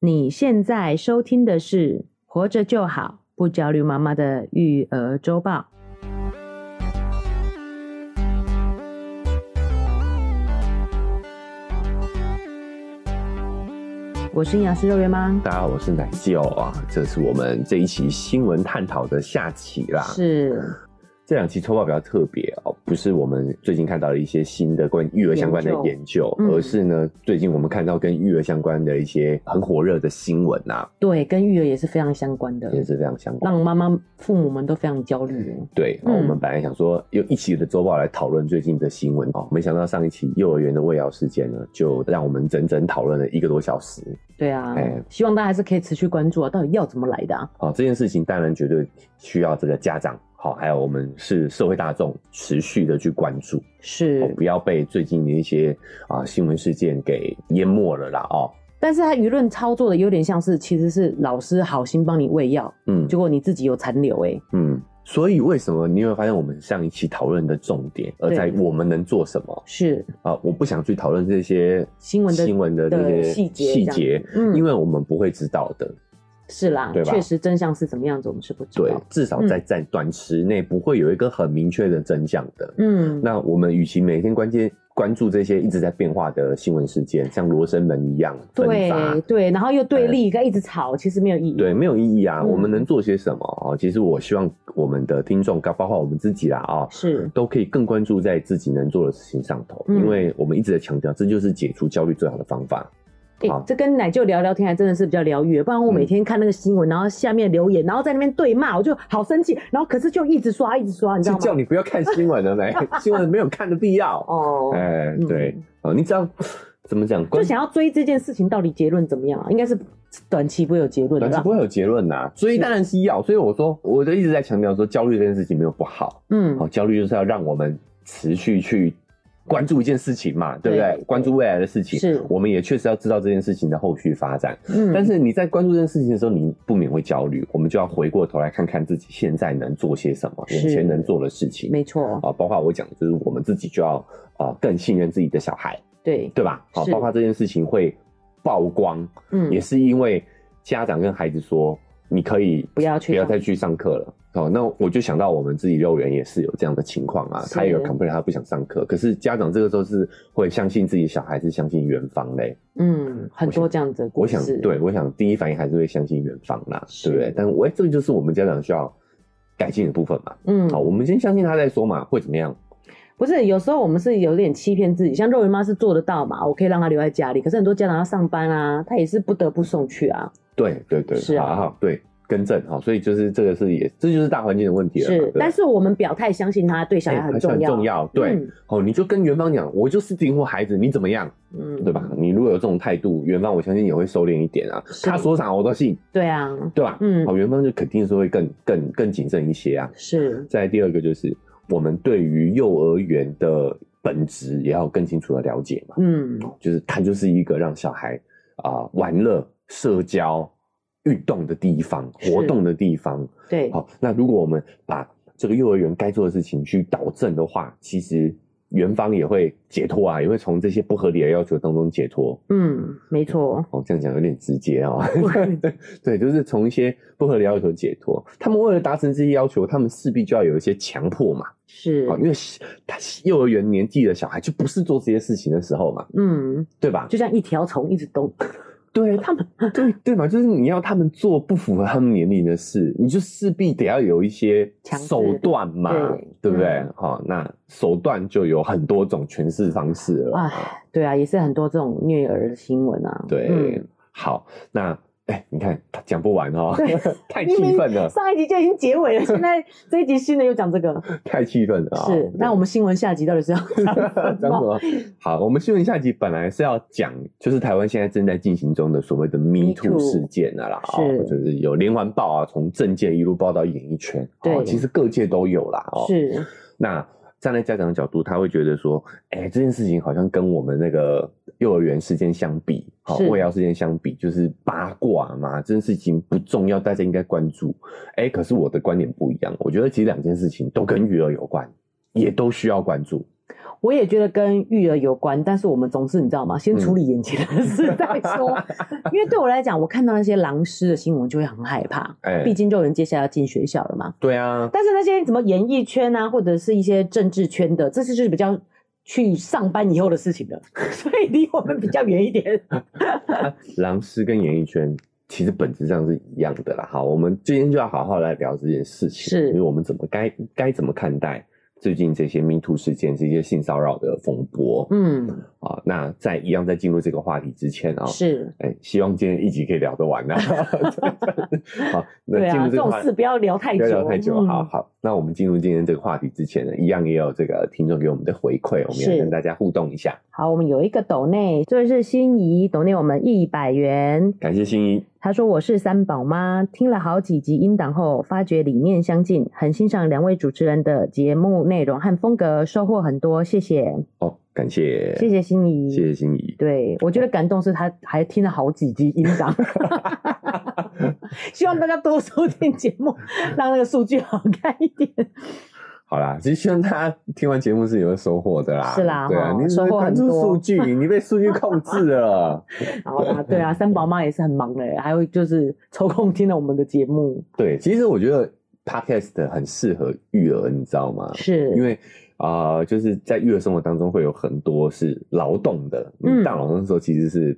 你现在收听的是《活着就好，不焦虑妈妈的育儿周报》。我是营养师肉圆妈，大家好，我是奶舅啊，这是我们这一期新闻探讨的下期啦。是这两期抽报比较特别哦，不是我们最近看到的一些新的关于育儿相关的研究，嗯而是呢，最近我们看到跟育儿相关的一些很火热的新闻啊，对，跟育儿也是非常相关的，也是非常相关。让妈妈、父母们都非常焦虑哦。对，然嗯后我们本来想说用一期的周报来讨论最近的新闻哦，没想到上一期幼儿园的喂药事件呢，就让我们整整讨论了一个多小时。对啊，哎希望大家还是可以持续关注啊，到底药怎么来的啊？哦，这件事情当然绝对需要这个家长，好、还有我们是社会大众持续的去关注，哦是，不要被最近的一些啊、新闻事件给淹没了啦哦。但是他舆论操作的有点像是，其实是老师好心帮你喂药，嗯结果你自己有残留哎、嗯，所以为什么你会发现我们上一期讨论的重点，而对在我们能做什么是啊、我不想去讨论这些新闻的新闻的这的些细节这细样节，子嗯因为我们不会知道的。是啦，对吧确实真相是怎么样子，我们是不知对道。，至少在在短时内不会有一个很明确的真相的。嗯，那我们与其每天关切关注这些一直在变化的新闻事件，像罗生门一样纷发对，对，然后又对立，跟一直吵，其实没有意义。对，没有意义啊！嗯我们能做些什么哦？其实我希望我们的听众，包括我们自己啦啊、是都可以更关注在自己能做的事情上头，嗯因为我们一直在强调，这就是解除焦虑最好的方法。哎、好这跟奶舅聊聊天还真的是比较疗愈，不然我每天看那个新闻，然后下面留言，然后在那边对骂，我就好生气，然后可是就一直刷，一直刷，你知就道叫吗？你不要看新闻了没？ 新闻没有看的必要。哦，哎、嗯对，哦，你只要怎么讲，就关想要追这件事情到底结论怎么样啊？应该是短期不会有结论的短期吧不？会有结论呐、所以是当然是要。所以我说，我就一直在强调说，焦虑这件事情没有不好，嗯好、，哦焦虑就是要让我们持续去关注一件事情嘛，对对不对？对关注未来的事情，是我们也确实要知道这件事情的后续发展。嗯但是你在关注这件事情的时候，你不免会焦虑，我们就要回过头来看看自己现在能做些什么，是眼前能做的事情。没错，啊，包括我讲，就是我们自己就要啊、呃更信任自己的小孩，对，对吧？好、是包括这件事情会曝光，嗯也，是因为家长跟孩子说，你可以不要去不要上再去上课了。哦，那我就想到我们自己幼儿园也是有这样的情况啊，是他也有 complain 他不想上课，可是家长这个时候是会相信自己小孩是相信园方嘞。嗯，很多这样子的故我想事，，对，我想第一反应还是会相信园方啦，是对不对？但我这个就是我们家长需要改进的部分嘛。嗯，好，我们先相信他再说嘛，会怎么样？不是，有时候我们是有点欺骗自己，像肉圆妈是做得到嘛，我可以让她留在家里，可是很多家长要上班啊，她也是不得不送去啊，对对对，是啊好好对。更正哈，所以就是这个是也，这就是大环境的问题了啊嘛。对是不，对但是我们表态相信她对小孩哎很还是重要，重要。对，嗯哦，你就跟园方讲，我就是盯护孩子，你怎么样，嗯对吧？？你如果有这种态度，园方我相信也会收敛一点啊。是他说啥我都信，对啊，对吧？嗯好，园方就肯定是会更更更谨慎一些啊。是再来第二个就是，我们对于幼儿园的本质也要有更清楚的了解嘛，嗯，就是它就是一个让小孩啊、玩乐、社交、运动的地方，是活动的地方。对，好，那如果我们把这个幼儿园该做的事情去导正的话，其实园方也会解脱啊，也会从这些不合理的要求当中解脱。嗯，没错，哦，这样讲有点直接啊、哦， 对，就是从一些不合理要求解脱。他们为了达成这些要求，他们势必就要有一些强迫嘛，是啊、，因为他幼儿园年纪的小孩就不是做这些事情的时候嘛，嗯，对吧？就像一条虫一直动，对啊他们， 对对嘛，就是你要他们做不符合他们年龄的事，你就势必得要有一些强制手段嘛，对不对嗯？好、那手段就有很多种诠释方式了。哎，对啊，也是很多这种虐儿的新闻啊，对，嗯好，那哎，你看讲不完哦对， 太气愤了，上一集就已经结 尾了，现在这一集新的又讲这个，太气愤了啊、是对。那我们新闻下集到底是要 讲什么？好，我们新闻下集本来是要讲，就是台湾现在正在进行中的所谓的 Me Me Too Too 事件啊啦，是哦，就是有连环报啊，从政界一路报到演艺圈，哦对，其实各界都有啦，哦，是，那。站在家长的角度，他会觉得说：“哎、这件事情好像跟我们那个幼儿园事件相比，好、是哦，卫药事件相比，就是八卦嘛，这件事情不重要，大家应该关注。哎、可是我的观点不一样，我觉得其实两件事情都跟育儿有关，也都需要关注。我也觉得跟育儿有关，但是我们总是你知道吗？嗯先处理眼前的事再 说。因为对我来讲，我看到那些狼师的新闻就会很害怕，哎毕竟就有人接下来要进学校了嘛。对啊，但是那些什么演艺圈啊，或者是一些政治圈的，这是就是比较去上班以后的事情了， 所以离我们比较远一点。狼师跟演艺圈其实本质上是一样的啦。好，我们今天就要好好来聊这件事情，是因为我们怎么该该怎么看待最近这些 Me Too 事件、这些性骚扰的风波、嗯，啊？那在一样在进入这个话题之前啊、是。哎，希望今天一集可以聊得 完啊。好，对那进啊，入这这个种话事不要聊太不久，要聊太久，嗯好好。那我们进入今天这个话题之前呢，一样也有这个听众给我们的回馈，我们是要跟大家互动一下。好，我们有一个斗内，这位是心仪斗内，我们一百元。感谢心怡，他说我是三宝妈，听了好几集音档后，发觉理念相近，很欣赏两位主持人的节目内容和风格，收获很多，谢谢，哦，感谢，谢谢心仪，谢谢心怡。对，我觉得感动是他还听了好几集音 档，希望大家多收听节目，让那个数据好看一点。好啦，其实希望大家听完节目是有收获的啦。是啦对啊哦，你只收是获很关注多数 据，你被数据控制了。好啦，对啊，三宝妈也是很忙的，还会就是抽空听了我们的节目，对，其实我觉得 podcast 很适合育儿，你知道吗？是因为啊、呃就是在育儿生活当中会有很多是劳动的，嗯嗯，大脑的时候其实是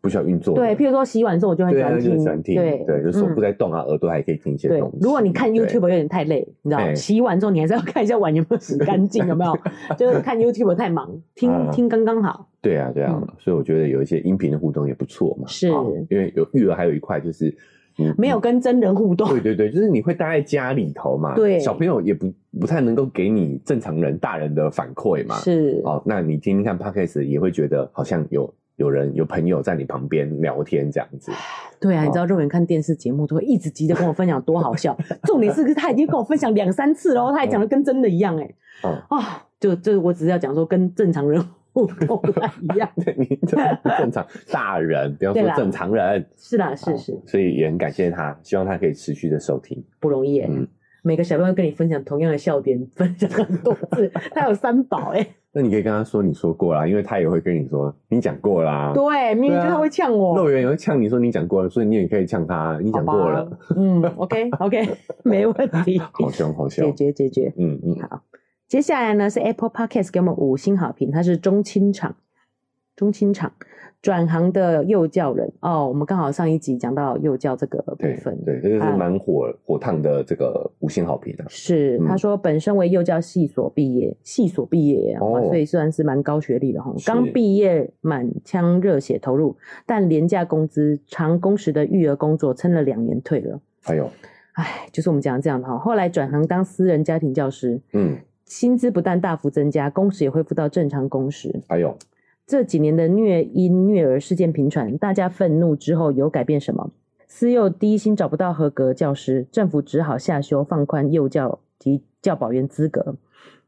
不需要运作的。对，譬如说洗碗的时候，我就很对喜啊，欢就听，很喜欢听，对对，就手嗯部在动啊，耳朵还可以听一些对东西。，如果你看对 YouTube 有点太累，你知道，哎洗碗之后你还是要看一下碗有没有洗干 净，有没有？就是看 YouTube 太忙，听嗯听刚刚好。对啊，对啊嗯，所以我觉得有一些音频的互动也不错嘛。是好因为有育儿还有一块就是你没有。跟真人互动， 对对对，就是你会待在家里头嘛，对小朋友也不不太能够给你正常人、大人的反馈嘛，是哦，那你听听看 podcast 也会觉得好像有有人有朋友在你旁边聊天这样子， 对啊，你哦知道肉眼看电视节目都会一直急着跟我分享多好笑， 重点 是他已经跟我分享两三次喽，他还讲的跟真的一样哎、嗯啊，就就我只是要讲说跟正常人 互动不太一样，对你这不正常大人，不要对说啦正常人，是啦是是好所以也很感谢他，希望他可以持续的收听。不容易哎、嗯每个小朋友跟你分享同样的笑点，分享很多次，他有三宝哎、 那你可以跟他说你说过啦，因为他也会跟你说你讲过啦。对，明明啊就他会呛我，肉圆也会呛你说你讲过了，所以你也可以呛他，你讲过了好，吧，嗯，OK OK，没问题，好凶好解凶。决解决。嗯嗯，接下来呢是 Apple Podcast 给我们五星好评，他是中青厂，中青厂转行的幼教人哦。我们刚好上一集讲到幼教这个部对分，对，这个啊是蛮火火烫的这个五星好评啊。是嗯他说本身为幼教系所毕业，系所毕业呀、哇哦所以算是蛮高学历的哈。是刚毕业满腔热血投入，但廉价工资、长工时的育儿工作撑了两年退了。还有，唉，就是我们讲的这样的哈。后来转行当私人家庭教师，嗯，薪资不但大幅增加，工时也恢复到正常工时。还有，这几年的虐婴虐儿事件频传，大家愤怒之后有改变什么？私幼低薪找不到合格教师，政府只好下修放宽幼教及教保员资格，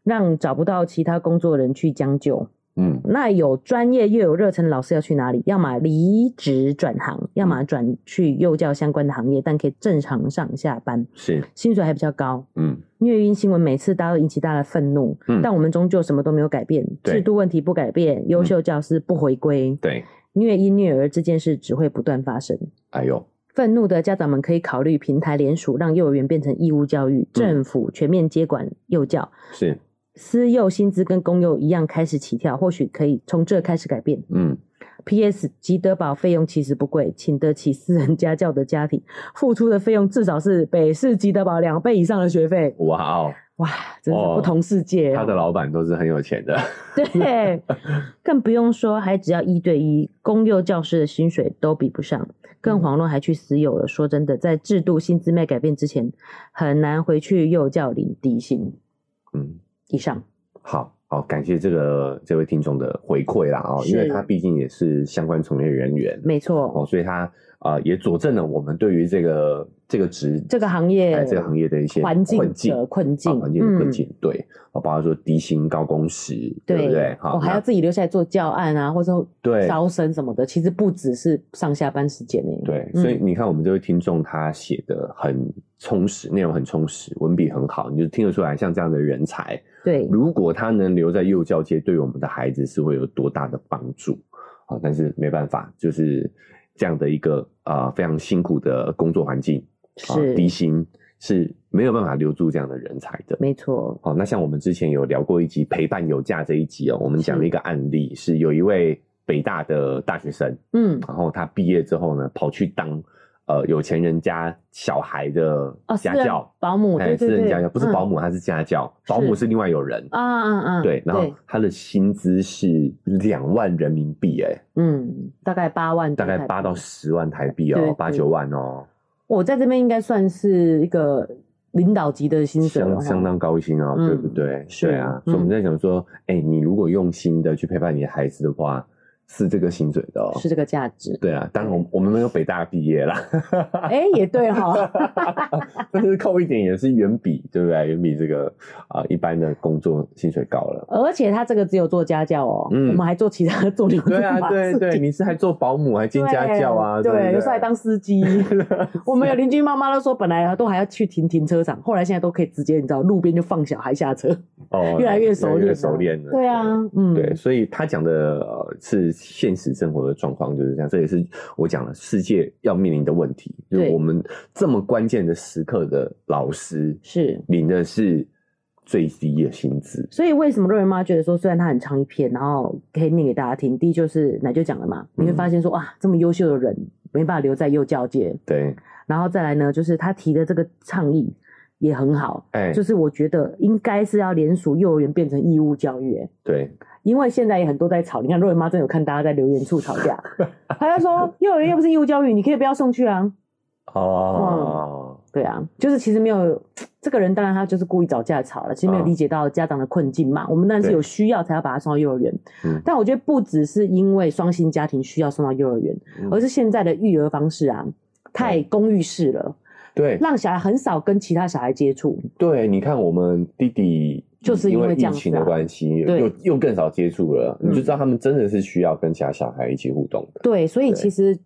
让找不到其他工作人去将就。嗯，那有专业又有热忱的老师要去哪里？要么离职转行，要么转去幼教相关的行业，但可以正常上下班，是，薪水还比较高。嗯，虐婴新闻每次大家都引起大家的愤怒，嗯但我们终究什么都没有改变，对嗯制度问题不改变，优秀教师不回归，对，虐婴虐儿这件事只会不断发生。还有，愤怒的家长们可以考虑平台联署，让幼儿园变成义务教嗯育，政府全面接管幼教，是，私幼薪资跟公幼一样开始起跳，或许可以从这开始改变。嗯， P.S. 吉德堡费用其实不贵，请得起私人家教的家庭付出的费用至少是北市吉德堡两倍以上的学费。哇哦，哇，真是哦不同世界、啊他的老板都是很有钱的，对，更不用说还只要一对一，公幼教师的薪水都比不上，嗯更遑论还去私幼了。说真的，在制度薪资没改变之前，很难回去幼教领底薪嗯，以上。好好，感谢这个这位听众的回馈啦哦，因是为他毕竟也是相关从业人员没错，哦哦，所以他啊、呃也佐证了我们对于这个这个职这个行业哎这个行业的一些环境困境的困境啊环境的困嗯境，对，啊，包括说低薪高工时，对不对？哈哦我、还要那自己留下来做教案啊，或者对招生什么的，其实不只是上下班时间呢。对，嗯所以你看，我们这位听众他写的很充实，内容很充实，文笔很好，你就听得出来，像这样的人才，对，如果他能留在幼教界，对我们的孩子是会有多大的帮助啊！但是没办法，就是这样的一个呃非常辛苦的工作环境啊，是低薪是没有办法留住这样的人才的。没错，好、那像我们之前有聊过一集陪伴有价这一集哦，我们讲了一个案例，是有一位北大的大学生，嗯，然后他毕业之后呢，跑去当呃有钱人家小孩的哦，私家人教，保姆，哎对对私人对，嗯家教不是保姆姆，他是家教，保姆是是另外有人。啊啊啊，对，然后他的薪资是两万人民币，哎，嗯，大概八万大多台币，概八到十万台币对哦对，八九万哦，我在这边应该算是一个领导级的薪水了相哈，相当高薪哦，嗯对不对？是对啊，嗯所以我们在想说，哎，你如果用心的去陪伴你的孩子的话，是这个薪水的哦。是这个价 值。对啊，当然我们我们没有北大毕业啦，哎，也对哈，但是扣一点也是远比，对不对？远比这个啊、一般的工作薪水高了。而且他这个只有做家教哦，嗯我们还做其他做牛 对啊，对对，你是还做保姆，还进家教啊，对不对，对，有时候还当司 机。我们有邻居妈妈都说，本来都还要去停停车场，后来现在都可以直接，你知道，路边就放小孩下车，哦，越来越熟练了，越熟练了。对啊，嗯，对。对，所以他讲的呃是现实生活的状况就是这样，这也是我讲了世界要面临的问题，就对是我们这么关键的时刻的老师是。领的是最低的薪资，所以为什么瑞文妈觉得说，虽然她很长一篇，然后可以念给大家听，第一就是奶就讲了嘛，你会发现说，哇，这么优秀的人没办法留在幼教界，对，然后再来呢，就是他提的这个倡议也很好，哎，就是我觉得应该是要联署幼儿园变成义务教育、欸对，因为现在也很多在吵，你看若文妈真的有看大家在留言处吵架，她就说幼儿园又不是义务教育，你可以不要送去啊。哦，对啊，就是其实没有这个人，当然他就是故意找架吵了，其实没有嗯理解到家长的困境嘛。我们当然是对有需要才要把他送到幼儿园嗯，但我觉得不只是因为双薪家庭需要送到幼儿园，嗯而是现在的育儿方式啊太公寓式了，对，让小孩很少跟其他小孩接触。对，你看我们弟弟就是因因为这疫样情子的啊关系，对又又更少接触了，你嗯就知道他们真的是需要跟其他小孩一起互动的。对，所以对其实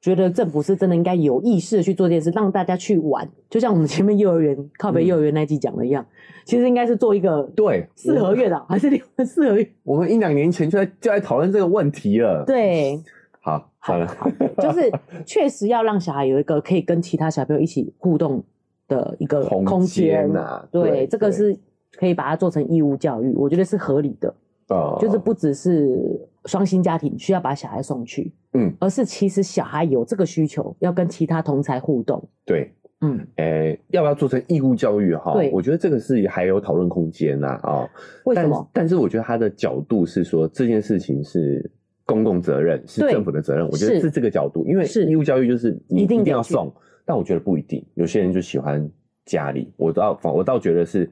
觉得政府是真的应该有意识的去做这件事，让大家去玩，就像我们前面幼儿园靠北嗯幼儿园那一集讲的一样，其实应该是做一个对，四合院啊，还是你们四合院？我们一两年前就在就在讨论这个问题了。，对，好，算了， 就是确实要让小孩有一个可以跟其他小朋友一起互动的一个空间呐，对，这个是可以把它做成义务教育，我觉得是合理的， 呃，就是不只是双薪家庭需要把小孩送去，嗯，而是其实小孩有这个需求，要跟其他同才互动。对，嗯，诶，要不要做成义务教育哈？对我觉得这个是还有讨论空间呐啊。为但什么？但是我觉得他的角度是说这件事情是公共责任，是对政府的责任。我觉得是是这个角度，因为是义务教育就是你一定得要去送，但我觉得不一定。有些人就喜欢家里，我倒反我倒觉得是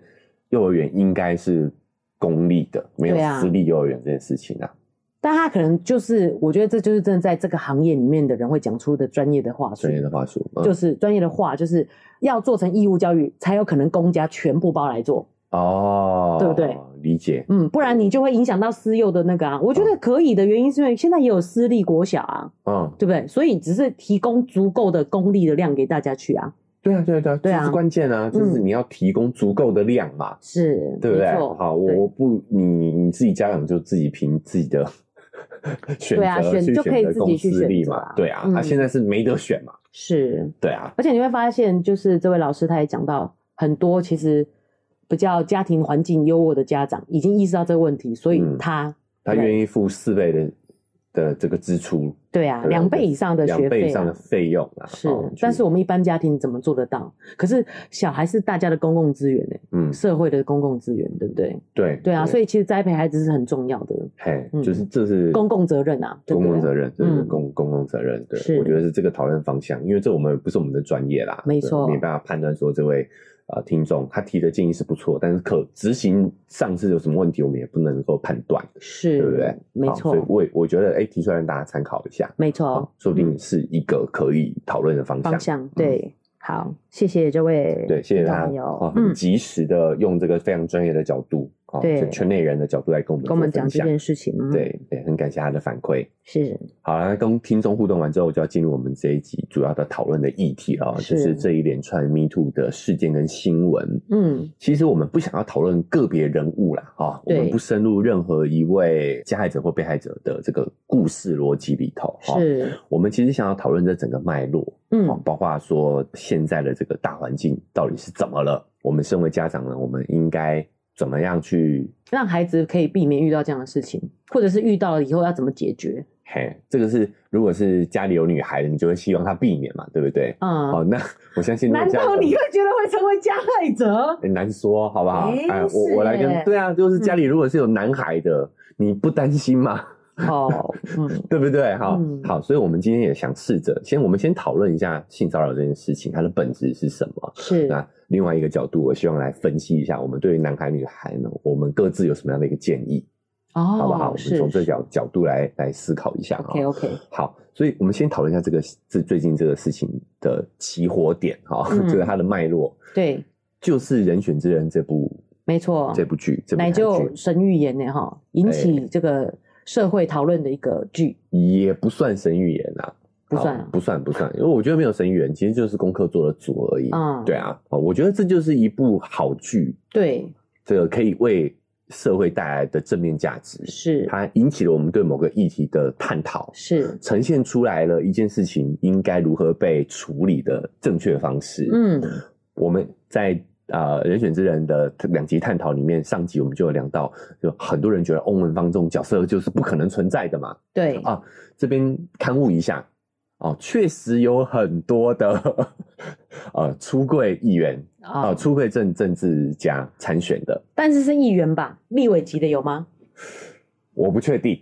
幼儿园应该是公立的，没有对啊私立幼儿园这件事情啊。但他可能就是，我觉得这就是真的在这个行业里面的人会讲出的专业的话术专，业的话术，嗯就是专业的话，就是要做成义务教育，才有可能公家全部包来做。哦，对不对？理解，嗯，不然你就会影响到私幼的那个啊。我觉得可以的原因是因为现在也有私立国小啊，嗯，对不对？所以只是提供足够的公立的量给大家去啊。对啊，对啊，对啊，对这啊是关键啊，就是嗯你要提供足够的量嘛。是，对不对没？错好，我我不，你你自己家长就自己凭自己 的选对啊择选去就可以选择自己公去司力选择嘛啊，对啊，嗯他现在是没得选嘛，是。对啊，而且你会发现，就是这位老师他也讲到很多，其实比较家庭环境优渥的家长已经意识到这个问题，所以嗯他、他对愿意付四倍的的这个支出，对啊对啊两倍以上的两学倍以费、上的啊。费用啊，是哦，但去是我们一般家庭怎么做得到？可是小孩是大家的公共资源呢、欸嗯，社会的公共资源，对不对？对对啊，所以以其实栽培孩子是很重要的嘿，嗯就是这是公共责任啊，对不公对共责任，这是嗯公公共责任，对，是我觉得是这个讨论方向，因为这我们不是我们的专业啦，没对错没办法判断说这位呃听众他提的建议是不错，但是可执行上是有什么问题，我们也不能够判断，是，对不对？没好错所以，我也我觉得哎，提出来让大家参考一下，没好错，说不定是一个可以讨论的方嗯向。嗯方向对。好，谢谢这位对，谢谢听众他朋友啊，嗯很，及时的用这个非常专业的角度啊，对这圈内人的角度来跟我们跟我们做讲分这享。件事情，嗯，对对，很感谢他的反馈。是好了，那跟听众互动完之后，我就要进入我们这一集主要的讨论的议题啊，是就是这一连串 Me Too 的事件跟新闻。嗯，其实我们不想要讨论个别人物啦，啊、我对们不深入任何一位加害者或被害者的这个故事逻辑里头，哈、是，我们其实想要讨论这整个脉络，哦嗯，，包括说现在的这个大环境到底是怎么了？我们身为家长呢，我们应该怎么样去？让孩子可以避免遇到这样的事情，或者是遇到了以后要怎么解决，嘿，这个是如果是家里有女孩的，你就会希望她避免嘛，对不对？嗯，哦，那我相信如果难家道长你会觉得会成为加害者？很难说，好不好？诶哎，我是我来耶跟对啊，就是嗯家里如果是有男孩的，你不担心吗？哦，嗯，对不对？哈、嗯好，所以我们今天也想试着先，我们先讨论一下性骚扰这件事情，它的本质是什么。是， 那另外一个角度，我希望来分析一下，我们对于男孩女孩呢，我们各自有什么样的一个建议，哦，好不好？我们是从这角角度来来思考一下啊、 ，OK 哦 OK，好，所以我们先讨论一下这个这最近这个事情的起火点哈、 嗯就是它的脉络，对，就是《人选之人》这部没错，这部剧，这部乃台就剧神预言呢哈，引起哎这个社会讨论的一个剧，也不算神预言啊。不好算啊不算，不算，因为我觉得没有神预言，其实就是功课做的足而已。嗯对啊，哦我觉得这就是一部好剧，对，这个可以为社会带来的正面价值。是它引起了我们对某个议题的探讨，是，呈现出来了一件事情应该如何被处理的正确方式。，嗯，我们在呃人选之人的两集探讨里面，上集我们就有聊到，就很多人觉得欧文芳这种角色就是不可能存在的嘛。对，啊，这边刊物一下。哦，确实有很多的呃出柜议员啊、啊，出柜政政治家参选的，但是是议员吧，立委级的有吗？我不 确定，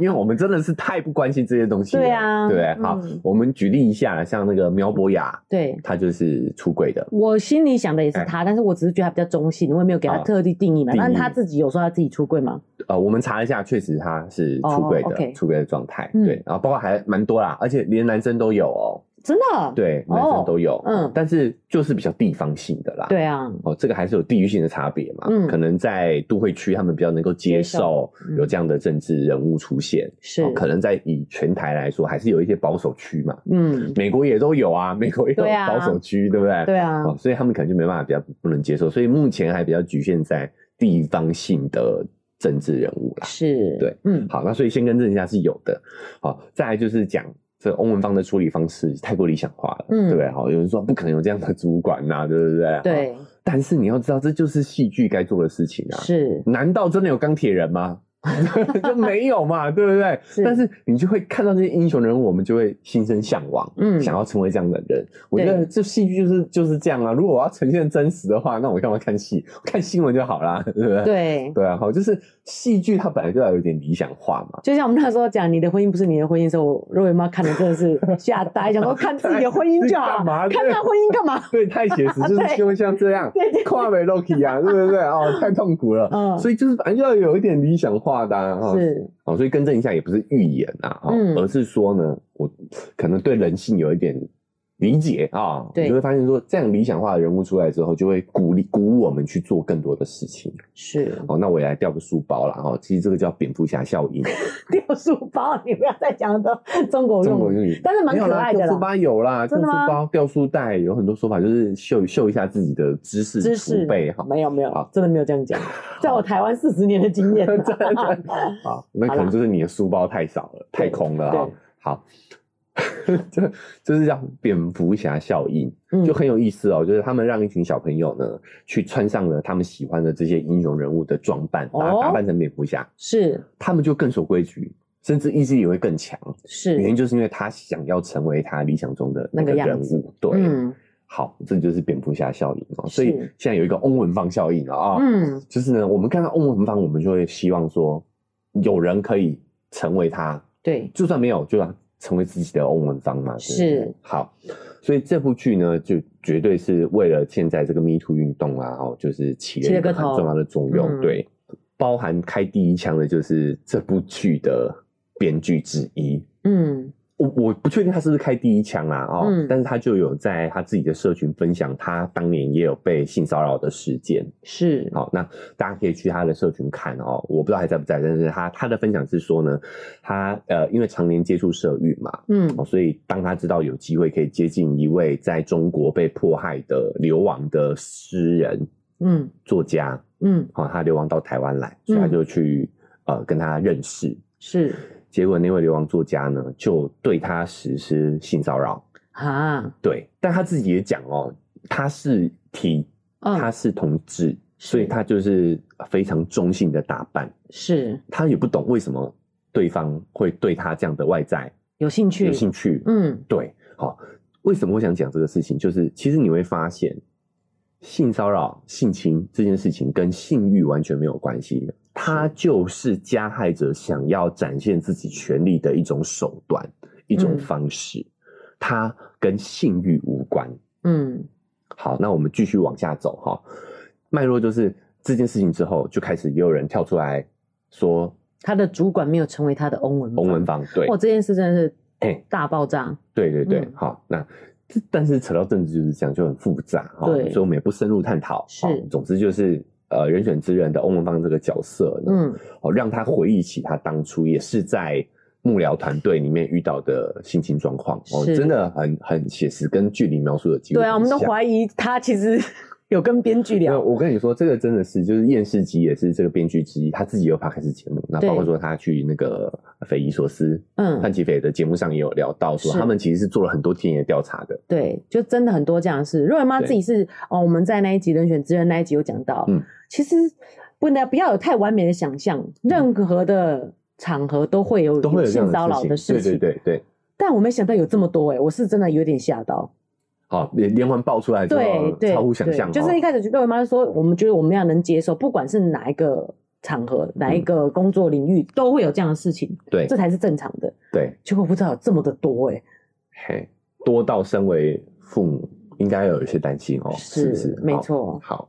因为我们真的是太不关心这些东西了。对啊对不对，好，嗯我们举例一下，像那个苗博雅，对。她就是出轨的，我心里想的也是他，但是我只是觉得他比较中性，我也没有给他啊特地定义嘛。哎定义但他自己有说他自己出柜嘛？呃，我们查了一下，确实她是出轨的，哦，OK 出轨的状态，嗯对，然后包括还蛮多啦，而且连男生都有哦，真的？对，男生都有，嗯但是就是比较地方性的啦，。对啊，哦，这个还是有地域性的差别嘛，嗯可能在都会区，他们比较能够接受嗯有这样的政治人物出现，是哦，可能在以全台来说，还是有一些保守区嘛，嗯，美国也都有啊，美国也有对啊保守区，对不对？对啊，哦，所以他们可能就没办法比较不能接受，所以目前还比较局限在地方性的政治人物啦。是，对，嗯，好，那所以先更正一下是有的。好，再来就是讲这欧文芳的处理方式太过理想化了，嗯对不对？好，有人说不可能有这样的主管呐、对不对？好，对，但是你要知道，这就是戏剧该做的事情啊。是，难道真的有钢铁人吗？ 就没有嘛，对不对？是但是你就会看到这些英雄人物，我们就会心生向往，嗯想要成为这样的人。我觉得这戏剧就是就是这样啊。如果我要呈现真实的话，那我干嘛看戏？ 我看新闻就好啦，对不对？对，对啊，好，就是戏剧它本来就要有点理想化嘛。就像我们那时候讲，你的婚姻不是你的婚姻的时候，我肉圆妈看的真的 是吓呆，想说看自己的婚姻就好，干 嘛看他婚姻干嘛？ 对，太写实，就对是就会像这样对对对，跨美 Loki 啊，对不对？哦，太痛苦了。嗯所以就是反正要有一点理想化的啊。哦是，哦，所以更正一下，也不是预言啊，哦嗯而是说呢，我可能对人性有一点理解啊，我对就会发现说，这样理想化的人物出来之后，就会鼓励鼓舞我们去做更多的事情。是哦，那我也来掉个书包啦。哦，其实这个叫蝙蝠侠效应，掉书包，你不要再讲的中国中国用语，用语。但是蛮没有可啦，爱的掉书啦。包有啦，掉真的书吗包、掉书袋有很多说法，就是秀秀一下自己的知识知储识备哈。没有没有好，真的没有这样 讲，在我台湾四十年的经验，真的 啊，那可能就是你的书包太少了，对太空了对哈。好， 这就是叫蝙蝠侠效应，嗯就很有意思哦。就是他们让一群小朋友呢，去穿上了他们喜欢的这些英雄人物的装扮，哦把它打扮成蝙蝠侠，是他们就更守规矩，甚至意志力会更强。原因是就是因为他想要成为他理想中的那那个个样人子物。对，嗯好，这就是蝙蝠侠效应哦。所以是现在有一个欧文芳效应了啊、嗯就是呢，我们看到欧文芳，我们就会希望说，有人可以成为他，对就算没有，就要成为自己的欧文芳嘛。对不对是好，所以这部剧呢，就绝对是为了现在这个 Me Too 运动啊，哦，就是起起了了一个个头很重要的作用。嗯对，包含开第一枪的就是这部剧的编剧之一。嗯我我不确定他是不是开第一枪啦、哦，嗯但是他就有在他自己的社群分享，他当年也有被性骚扰的事件。是好、那大家可以去他的社群看哦，我不知道还在不在，但是他他的分享是说呢，他呃因为常年接触社运嘛，嗯哦，所以当他知道有机会可以接近一位在中国被迫害的流亡的诗人嗯作家，嗯哦，他流亡到台湾来，所以他就去、呃跟他认识，是结果那位流亡作家呢就对他实施性骚扰，啊，对，但他自己也讲哦，他是体，他嗯是同志，所以是他就是非常中性的打扮，是他也不懂为什么对方会对他这样的外在有兴趣有，兴趣，嗯对，好，为什么我想讲这个事情？就是其实你会发现，性骚扰、性侵这件事情跟性欲完全没有关系，它就是加害者想要展现自己权利的一种手段、一种嗯方式，它跟性欲无关。嗯好，那我们继续往下走哈。脉络就是这件事情之后，就开始也有人跳出来说他的主管没有成为他的翁文翁芳文芳对，哇，这件事真的是哎大爆炸，对对对，嗯好，那这但是扯到政治就是这样，就很复杂哈、对所以我们也不深入探讨。是哦总之就是呃，人选之人的翁文芳这个角色呢，嗯哦，让他回忆起他当初也是在幕僚团队里面遇到的心情状况，哦，是真的很很写实，跟剧里描述的几乎对啊，我很们都像怀疑他其实 有跟编剧没有，聊，我跟你说，这个真的是就是验视集也是这个编剧之一，他自己有 p 开始节目，那对包括说他去那个呃匪夷所思范嗯，奇斐的节目上也有聊到说，是他们其实是做了很多田野调查的，对，就真的很多这样的事。若圆妈对自己是哦，我们在那一集人选之人那一集有讲到，嗯其实不能不要有太完美的想象，任何的场合都会有都会有这样性骚的扰的事事情，情，对对对对。但我没想到有这么多哎、我是真的有点吓到。好，连连环爆出来之对后，对，超乎想对象哦，就是一开始就跟我妈说，我们觉得我们要能接受，不管是哪一个场合、哪一个工作领域，都会有这样的事情，嗯对这才是正常的。对，结果不知道有这么的多 哎、嘿，多到身为父母应该有一些担心哦，是不是？没好。错，好，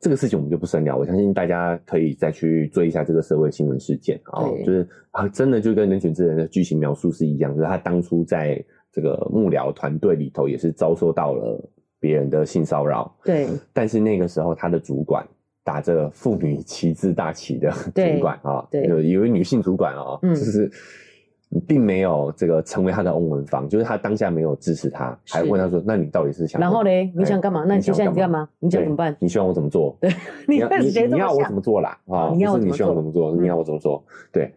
这个事情我们就不深聊，我相信大家可以再去追一下这个社会新闻事件啊、哦对，就是啊，真的就跟《人选之人》的剧情描述是一样，就是他当初在这个幕僚团队里头也是遭受到了别人的性骚扰，对，但是那个时候他的主管。打着妇女旗帜大旗的对主管啊，对有一位女性主管啊，嗯就是并没有这个成为他的翁文芳，就是他当下没有支持他，还是问他说：“那你到底是想然后嘞，你想干嘛？那你哎你想现在你干嘛？你想对怎么办？你希望我怎么做？对，你要要你你谁这你要么我想怎？么做啦？啊，你要我不是你怎么希望我做嗯怎么做？你要我怎么做？对，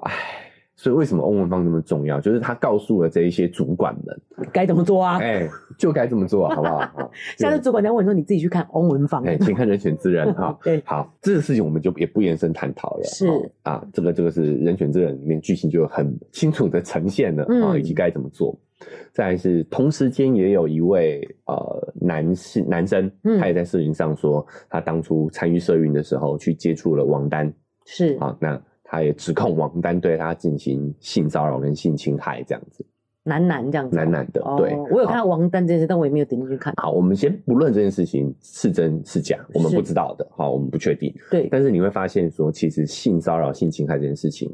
哎，所以为什么翁文芳那么重要？就是他告诉了这一些主管们，该怎么做啊？哎，就该这么做，好 不好？啊下次对主管在问你说，你自己去看翁文 芳。哎，请看人选之人哈。 对，好，这个事情我们就也不延伸探讨了。是哦啊，这个这个是《人选之人》里面剧情就很清楚的呈现了啊、嗯以及该怎么做。再来是同时间也有一位呃男士男生，嗯他也在视频上说，他当初参与社运的时候去接触了王丹是，啊，那他也指控王丹对他进行性骚扰跟性侵害这样子，男男这样子。男男的、哦对。我有看到王丹这件事，但我也没有点进去看。好，我们先不论这件事情是真是假，我们是不知道的，好，我们不确定。对，但是你会发现说，其实性骚扰、性侵害这件事情，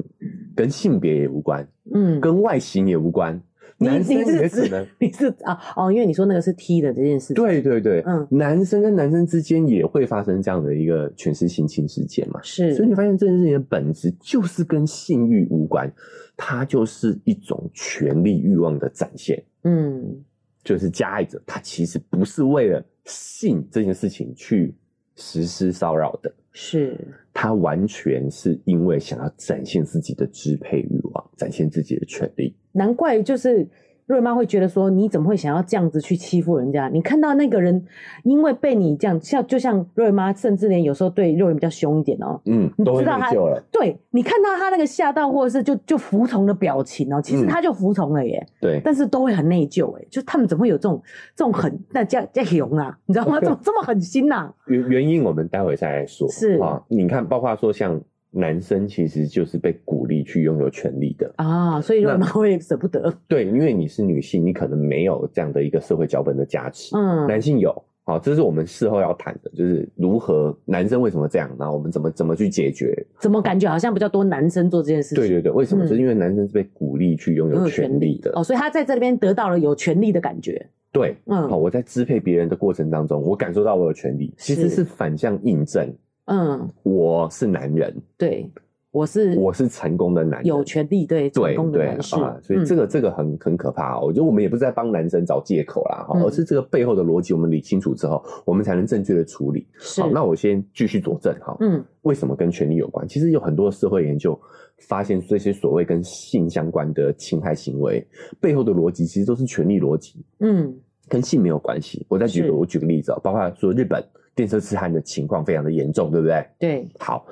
跟性别也无关，嗯，跟外形也无关，男生也可能。你是啊哦，因为你说那个是 T 的这件事情。对对对，嗯男生跟男生之间也会发生这样的一个全是性侵事件嘛，是，所以你发现这件事情的本质就是跟性欲无关，它就是一种权力欲望的展现，嗯，就是加害者他其实不是为了性这件事情去实施骚扰的，是，他完全是因为想要展现自己的支配欲望，展现自己的权利。难怪就是瑞妈会觉得说，你怎么会想要这样子去欺负人家？你看到那个人，因为被你这样，像就像瑞妈，甚至连有时候对瑞文比较凶一点哦。嗯，你都会知内道他疚了。对你看到他那个吓到，或者是就就服从的表情哦，其实嗯他就服从了耶，对，但是都会很内疚哎，就他们怎么会有这种这种很那叫叫熊啊，你知 道吗？怎么这么狠心呐、原原因我们待会再来说。是啊，你看，包括说像男生其实就是被鼓励去拥有权利的，啊？所以瑞妈会舍不得，对，因为你是女性，你可能没有这样的一个社会脚本的加持。嗯，男性有，好，这是我们事后要谈的，就是如何男生为什么这样，然后我们怎么怎么去解决。怎么感觉好像比较多男生做这件事情？对对对，为什么？嗯就是因为男生是被鼓励去拥拥有有权权利的。哦，所以他在这里边得到了有权利的感觉。对，嗯好，我在支配别人的过程当中，我感受到我有权利，其实是是反向印证，嗯，我是男人，对，我是我是成功的男人，有权利对成对功的对男士啊，，所以嗯这个这个很很可怕、哦。我觉得我们也不是在帮男生找借口啦，哈、嗯而是这个背后的逻辑，我们理清楚之后，我们才能正确的处理。是好，那我先继续佐证哈，嗯为什么跟权利有关？其实有很多社会研究发现，这些所谓跟性相关的侵害行为背后的逻辑，其实都是权利逻辑，嗯跟性没有关系。我再举是个我举个例子哦，包括说日本电车痴汉的情况非常的严重，对不对？对好，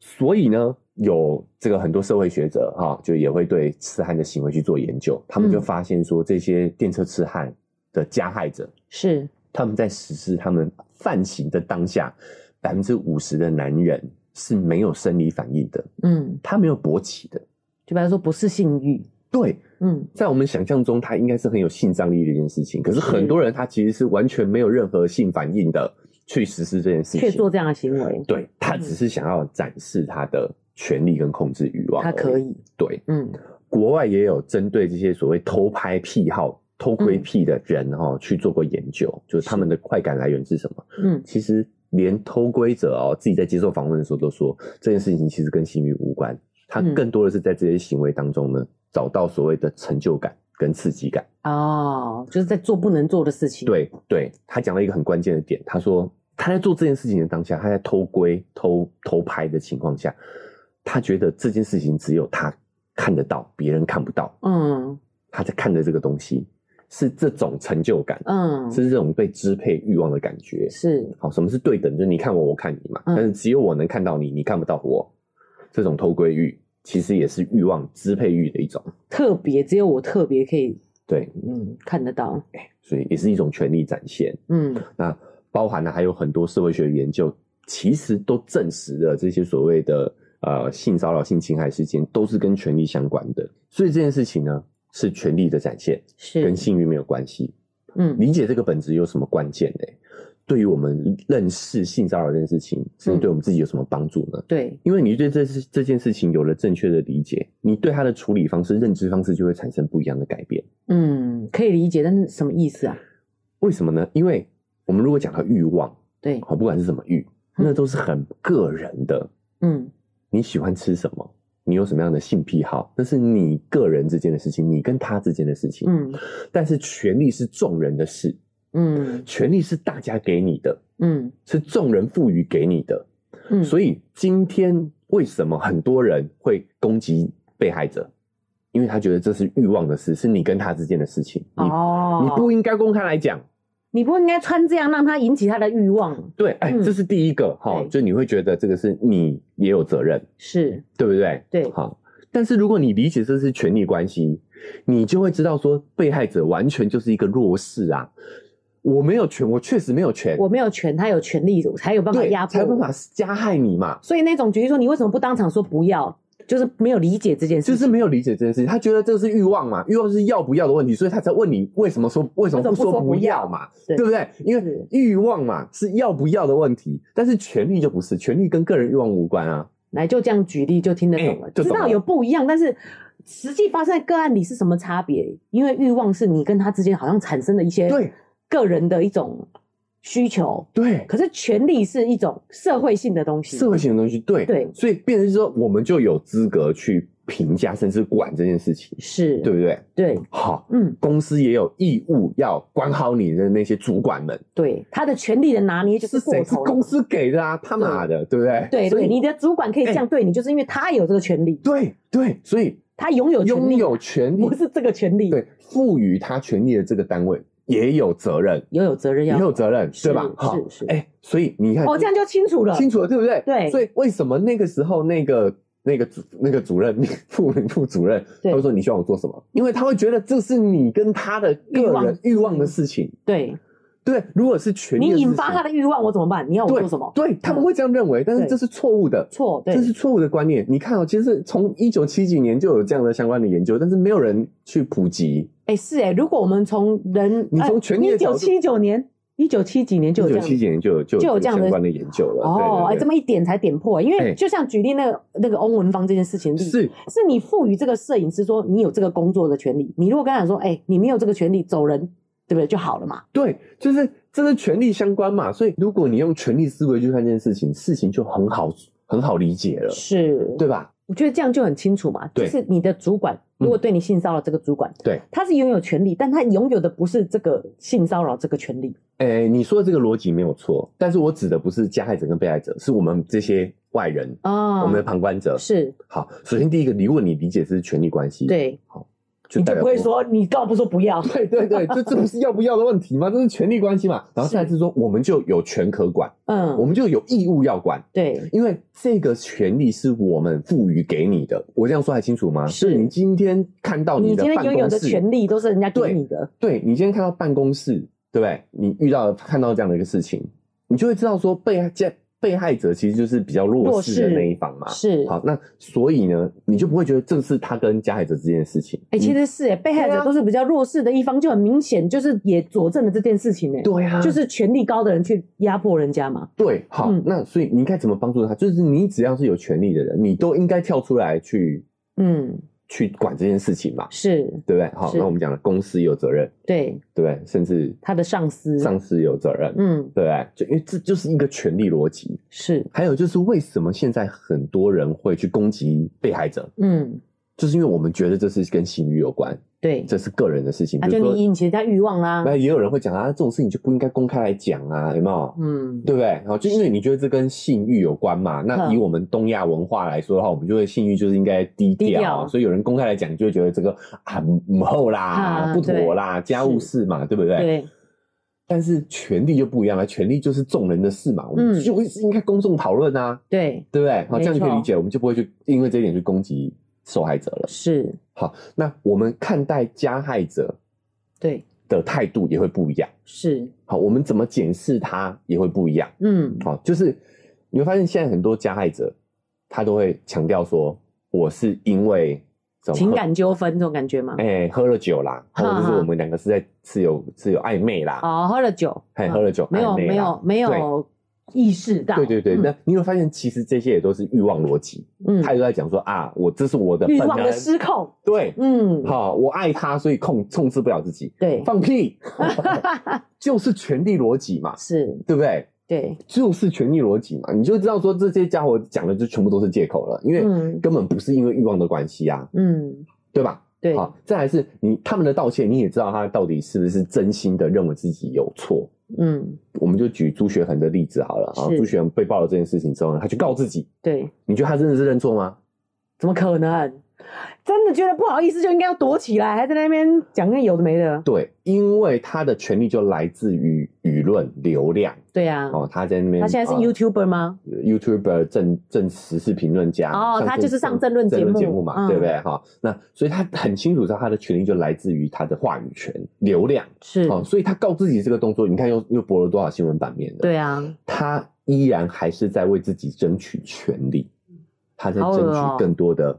所以呢，有这个很多社会学者哈、就也会对痴汉的行为去做研究，他们就嗯发现说，这些电车痴汉的加害者，是他们在实施他们犯行的当下，百分之五十的男人是没有生理反应的，嗯，他没有勃起的。就比方说不是性欲，对，嗯在我们想象中，他应该是很有性张力的一件事情，可是很多人他其实是完全没有任何性反应的去实施这件事却情做。这样的行为，对他只是想要展示他的权利跟控制欲望而他已，可以，对，嗯国外也有针对这些所谓偷拍癖好、偷窥嗯癖的人哈、哦去做过研究，就是他们的快感来源是什么？嗯其实连偷窥者哦自己在接受访问的时候都说，这件事情其实跟性欲无关，他嗯更多的是在这些行为当中呢找到所谓的成就感跟刺激感。哦，就是在做不能做的事情，，对对，他讲了一个很关键的点，他说他在做这件事情的当下，他在偷窥、偷偷拍的情况下，他觉得这件事情只有他看得到，别人看不到。嗯他在看的这个东西是这种成就感，嗯是这种被支配欲望的感觉。是好，什么是对等？就是你看我，我看你嘛。嗯但是只有我能看到你，你看不到我。这种偷窥欲其实也是欲望支配欲的一种，特别，只有我特别可以对，嗯看得到，所以也是一种权力展现。嗯那包含了还有很多社会学研究，其实都证实了这些所谓的呃性骚扰、性侵害事件都是跟权力相关的。所以这件事情呢，是权力的展现，是跟性欲没有关系。嗯理解这个本质有什么关键呢？对于我们认识性骚扰这件事情，是嗯对我们自己有什么帮助呢？对因为你对这事这件事情有了正确的理解，你对它的处理方式、认知方式就会产生不一样的改变。嗯可以理解，但是什么意思啊？为什么呢？因为我们如果讲到欲望，对，好，哦不管是什么欲，嗯那都是很个人的。嗯你喜欢吃什么？你有什么样的性癖好？那是你个人之间的事情，你跟他之间的事情。，嗯但是权利是众人的事，嗯权利是大家给你的，嗯是众人赋予给你的。嗯，所以以今天为什么很多人会攻击被害者？因为他觉得这是欲望的事，是你跟他之间的事情，你、哦，你不应该公开来讲。你不应该穿这样让他引起他的欲望，对，哎，嗯这是第一个哈、对就你会觉得这个是你也有责任，是对不对？对好。但是如果你理解这是权力关系，你就会知道说被害者完全就是一个弱势啊，我没有权，我确实没有权，我没有权，他有权利才有办法对压迫，才有办法。加害你嘛。所以那种举例说，你为什么不当场说不要，就是没有理解这件就事是情。没有理解这件事情，他觉得这是欲望嘛，欲望是要不要的问题，所以他才问你为什么说为什么不说不要嘛，对对不对？因为是欲望嘛是要不要的问题，但是权利就不是，权利跟个人欲望无关啊。来，就这样举例就听得懂了，哎就知懂了道有不一样，但是实际发生在个案里是什么差别？因为欲望是你跟他之间好像产生的一些对个人的一种需求，对，可是权利是一种社会性的东西。社会性的东西，对对所以变成是说我们就有资格去评价甚至管这件事情，是，对不对？对，好，嗯，公司也有义务要管好你的那些主管们，对，他的权利的拿捏就是过谁是头了。公司给的啊？他妈的，对不对？对所对，你以哎的主管可以这样对你，就是因为他有这个权利，对对，所以他拥有权拥利，有权利不是这个权利，对，赋予他权利的这个单位也有责任，也有责任也要有责任，是对吧？好是是哎、所以你看，哦，这样就清楚了，清楚了，对不对？对所以为什么那个时候那个那个主那个主任副副主任，对他会说你希望我做什么？因为他会觉得这是你跟他的欲个望人欲望的事情。对对，如果是权利你的事情，引发他的欲望，我怎么办？你要我做什么？对，对他们会这样认为，但是对这是错误的。错，对这，是错误的观念。你看哦，其实从一九七几年就有这样的相关的研究，但是没有人去普及。哎，是哎，如果我们从人，哎你从权利的一角九度七九年一九七几年就有这九样七几年就有就就有有这样的相关的研究了。哦，哎，对对对这么一点才点破，因为哎就像举例那个那个翁文芳这件事情例子，是是你赋予这个摄影师说你有这个工作的权利，你如果跟他讲说，哎，你没有这个权利，走人，对不对？就好了嘛。对，就是这是权力相关嘛，所以如果你用权力思维去看这件事情，事情就很好很好理解了，是，对吧？我觉得这样就很清楚嘛。就对嗯是你的主管如果对你性骚扰，这个主管对，他是拥有权利，但他拥有的不是这个性骚扰这个权利。诶，你说的这个逻辑没有错，但是我指的不是加害者跟被害者，是我们这些外人，啊，我们的旁观者。是好，首先第一个，如果你理解是权力关系，，对，就你就代表不会。说你告不说不要，对对对，这这不是要不要的问题吗？这是权力关系嘛。然后是下一次说，我们就有权可管，我嗯，们就有义务要管，对，因为这个权利是我们赋予给你的。我这样说还清楚吗？是你今天看到你的今天办拥有公的室，权利都是人家给对你的，对你今天看到办公室，对不对？你遇到看到这样的一个事情，你就会知道说被害这被害者其实就是比较弱势弱的势那一方嘛。是。好，那所以呢，你就不会觉得这是他跟加害者之间的事情。哎、其嗯实是哎、被害对者啊都是比较弱势的一方，就很明显，就是也佐证了这件事情哎、对啊，就是权力高的人去压迫人家嘛。对。好，嗯那所以你应该怎么帮助他？就是你只要是有权利的人，你都应该跳出来去嗯，去管这件事情嘛，是对不对？好，是那我们讲了，公司也有责任，对对不对？甚至他的上司，上司也有责任，嗯，对不对？就因为这就是一个权利逻辑。是，还有就是，为什么现在很多人会去攻击被害者？嗯，就是因为我们觉得这是跟性欲有关，对，这是个人的事情。啊，比就如你说，引起人家欲望啦，那也有人会讲啊，这种事情就不应该公开来讲啊，有没有？嗯，对不对？好，就因为你觉得这跟性欲有关嘛。那嗯以我们东亚文化来说的话，我们就会性欲就是应该低低调，调所以有人公开来讲，你就会觉得这个啊母后啦、啊不妥啦、家务事嘛，对不对？对，但是权利就不一样了，权利就是众人的事嘛，我们嗯就是应该公众讨论啊。对，对不对？好，没这样就可以错理解，我们就不会去因为这一点去攻击受害者了。是，好，那我们看待加害者对，的态度也会不一样。是，好，我们怎么检视他也会不一样。嗯，好，哦就是你会发现现在很多加害者，他都会强调说我是因为怎么情感纠纷这种感觉嘛。哎、喝了酒啦，或者是哈哈我们两个是在是有是有暧昧啦，哦，喝了酒，哎、嗯喝了酒没有暧昧啦没有没有意识到，对对对，嗯那你有没有发现其实这些也都是欲望逻辑，嗯他，也都在讲说啊，我这是我的欲本望的能失控，对，嗯，好、我爱他，所以控控制不了自己，对，放屁，就是权力逻辑嘛，是，对不对？对，就是权力逻辑嘛，你就知道说这些家伙讲的就全部都是借口了，因为嗯根本不是因为欲望的关系啊，嗯，对吧？对，好，再来是你他们的道歉，你也知道他到底是不是真心的认为自己有错。嗯，我们就举朱学恒的例子好了啊，是朱学恒被爆了这件事情之后呢，他去告自己，对，你觉得他真的是认错吗？怎么可能？真的觉得不好意思就应该要躲起来，还在那边讲那有的没的。对，因为他的权利就来自于舆论流量对啊，哦，他在那边他现在是啊 YouTuber 吗？ YouTuber 正正时事评论家哦上他就是上政政论节目节目嘛，嗯对不对？哈，那所以他很清楚知道他的权利就来自于他的话语权、流量是，哦，所以他告自己这个动作，你看又又博了多少新闻版面的，，对啊，他依然还是在为自己争取权利，他在好恶争哦取更多的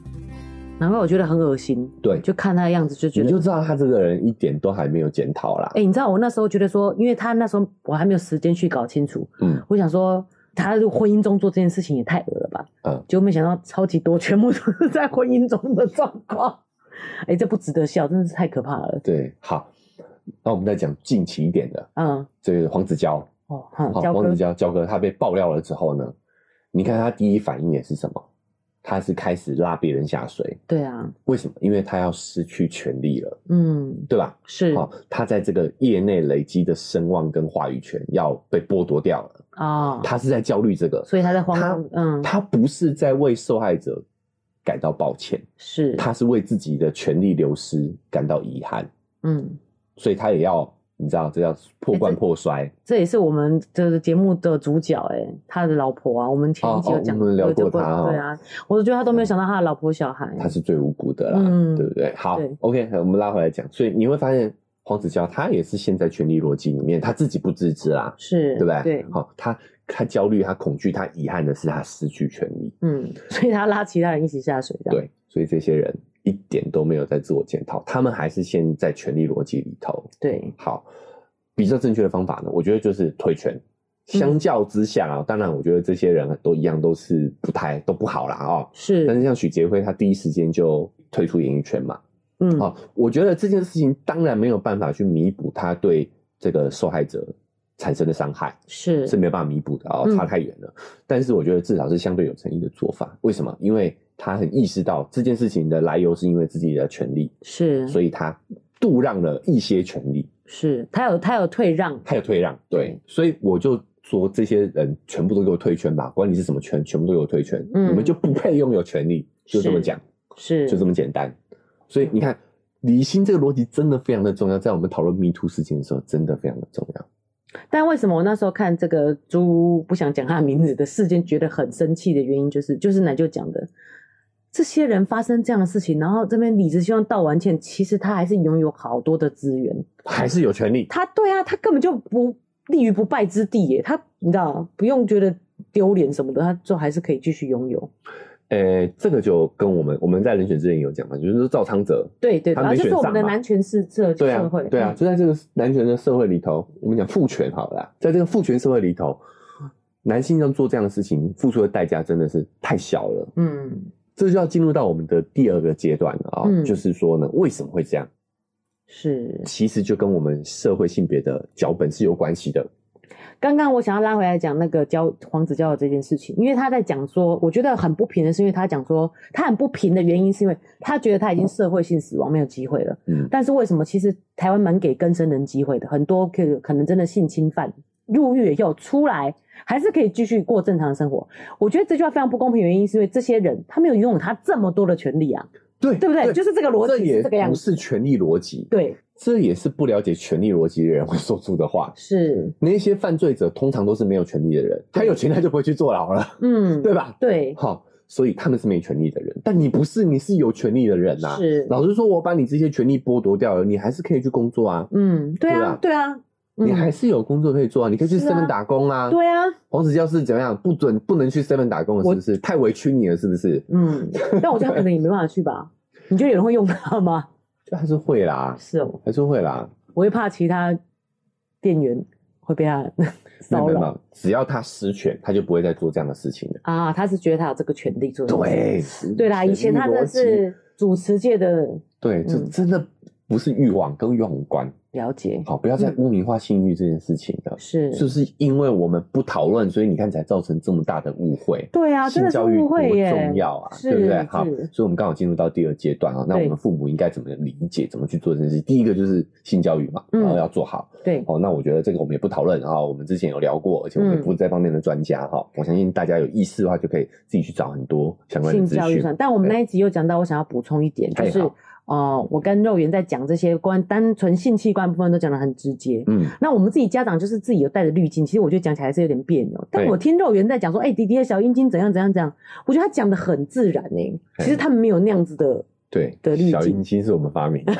难怪我觉得很恶心，对就看他的样子就觉你得就知道他这个人一点都还没有检讨啦。哎、你知道我那时候觉得说，因为他那时候我还没有时间去搞清楚，嗯，我想说他婚姻中做这件事情也太恶了吧，嗯，结果没想到超级多，全部都是在婚姻中的状况， 哎、这不值得笑，真的是太可怕了，对，好。那我们再讲近期一点的，嗯，这个黄子佼，哦，好，好，焦黄哥子，佼焦哥他被爆料了之后呢，你看他第一反应也是什么？他是开始拉别人下水，对啊，为什么？因为他要失去权利了，嗯，对吧？是好、他在这个业内累积的声望跟话语权要被剥夺掉了，啊，他是在焦虑这个，所以他在慌他张，嗯，他不是在为受害者感到抱歉，是，他是为自己的权利流失感到遗憾，嗯，所以他也要你知道这叫破罐破摔。这也是我们就是节目的主角哎、他的老婆啊，我们前一集有讲、哦哦我们聊有过讲他哦嗯对啊，我都觉得他都没有想到他的老婆小孩，他是最无辜的啦，嗯对不对？好对，OK，我们拉回来讲，所以你会发现黄子佼他也是陷在权力逻辑里面，他自己不自知啦，是对不对？对，好，他他焦虑，他恐惧，他遗憾的是他失去权利，嗯，所以他拉其他人一起下水的，，对，所以这些人一点都没有在自我检讨，他们还是陷在权力逻辑里头。对，好，比较正确的方法呢，我觉得就是退权。嗯相较之下啊，当然我觉得这些人都一样，都是不太都不好啦哦。是，但是像许杰辉，他第一时间就退出演艺圈嘛，嗯，好、我觉得这件事情当然没有办法去弥补他对这个受害者产生的伤害，是是没有办法弥补的哦，嗯差太远了。但是我觉得至少是相对有诚意的做法。为什么？因为他很意识到这件事情的来由是因为自己的权利，是所以他度让了一些权利，是，他有他有退让，他有退让。对对，所以我就。说这些人全部都给我退权吧，管你是什么权，全部都给我退权，嗯你们就不配拥有权利，就这么是讲。是就这么简单。所以你看，理性这个逻辑真的非常的重要，在我们讨论 Me Too 事件的时候，真的非常的重要。但为什么我那时候看这个猪不想讲他的名字的事件，觉得很生气的原因，就是就是奶就讲的，这些人发生这样的事情，然后这边理直气壮道完歉，其实他还是拥有好多的资源，还是有权利，他对啊，他根本就不立于不败之地耶，他你知道不用觉得丢脸什么的，他就还是可以继续拥有。呃，这个就跟我们我们在人选之前有讲嘛，就是说赵昌泽，对对他对，啊没这选是我上们的嘛男权社社对啊社会，，嗯对啊，就在这个男权的社会里头，我们讲父权好了啦，在这个父权社会里头，男性要做这样的事情，付出的代价真的是太小了。嗯，嗯，这就要进入到我们的第二个阶段了啊、嗯就是说呢，为什么会这样？是。其实就跟我们社会性别的脚本是有关系的。刚刚我想要拉回来讲那个教黄子教的这件事情，因为他在讲说，我觉得很不平的是，因为他讲说他很不平的原因是因为他觉得他已经社会性死亡，没有机会了。嗯，但是为什么其实台湾蛮给更生人机会的，很多可可能真的性侵犯入狱以后出来，还是可以继续过正常的生活。我觉得这句话非常不公平，原因是因为这些人他没有拥有他这么多的权利啊，对，对不对？就是这个逻这辑是也这个样不子。是权力逻辑，，对，这也是不了解权力逻辑的人会说出的话。是，那些犯罪者通常都是没有权利的人，他有权他就不会去坐牢了，嗯，对吧？对，好，所以他们是没权利的人，但你不是，你是有权利的人呐、是，老实说，我把你这些权利剥夺掉了，你还是可以去工作啊，嗯，对啊，对啊，你嗯还是有工作可以做啊，你可以去是啊 seven 打工啊。对啊，黄子佼是怎么样？不准不能去 seven 打工了，是不是？太委屈你了，是不是？嗯， 但我觉得他可能也没办法去吧。你觉得有人会用它吗？就还是会啦，是哦，还是会啦。我会怕其他店员会被 他没有骚没有没扰有，只要他失权，他就不会再做这样的事情了。啊。他是觉得他有这个权利做这件事。对对啦，以前他真的是主持界的对，这嗯真的不是欲望，跟欲望无关。了解，好，不要再污名化性欲这件事情了。嗯是就是因为我们不讨论，所以你看才造成这么大的误会。对啊，真性的是教育误多会耶，重要啊，是对不对？好，是所以我们刚好进入到第二阶段啊。那对我们父母应该怎么理解，怎么去做这件事？第一个就是性教育嘛，嗯然后要做好。对，哦，那我觉得这个我们也不讨论啊，我们之前有聊过，而且我们也嗯不是这方面的专家哈、我相信大家有意识的话，就可以自己去找很多相关的性资教育讯。上，但我们那一集又讲到，我想要补充一点，就哎是好呃，我跟肉圆在讲这些关单纯性器官部分都讲的很直接，嗯，那我们自己家长就是自己有带着滤镜，其实我觉得讲起来是有点别扭。但对我听肉圆在讲说，哎、弟弟的小阴茎怎样怎样怎样，我觉得他讲的很自然呢、欸哎其实他们没有那样子的，对的滤镜小阴茎是我们 发明的，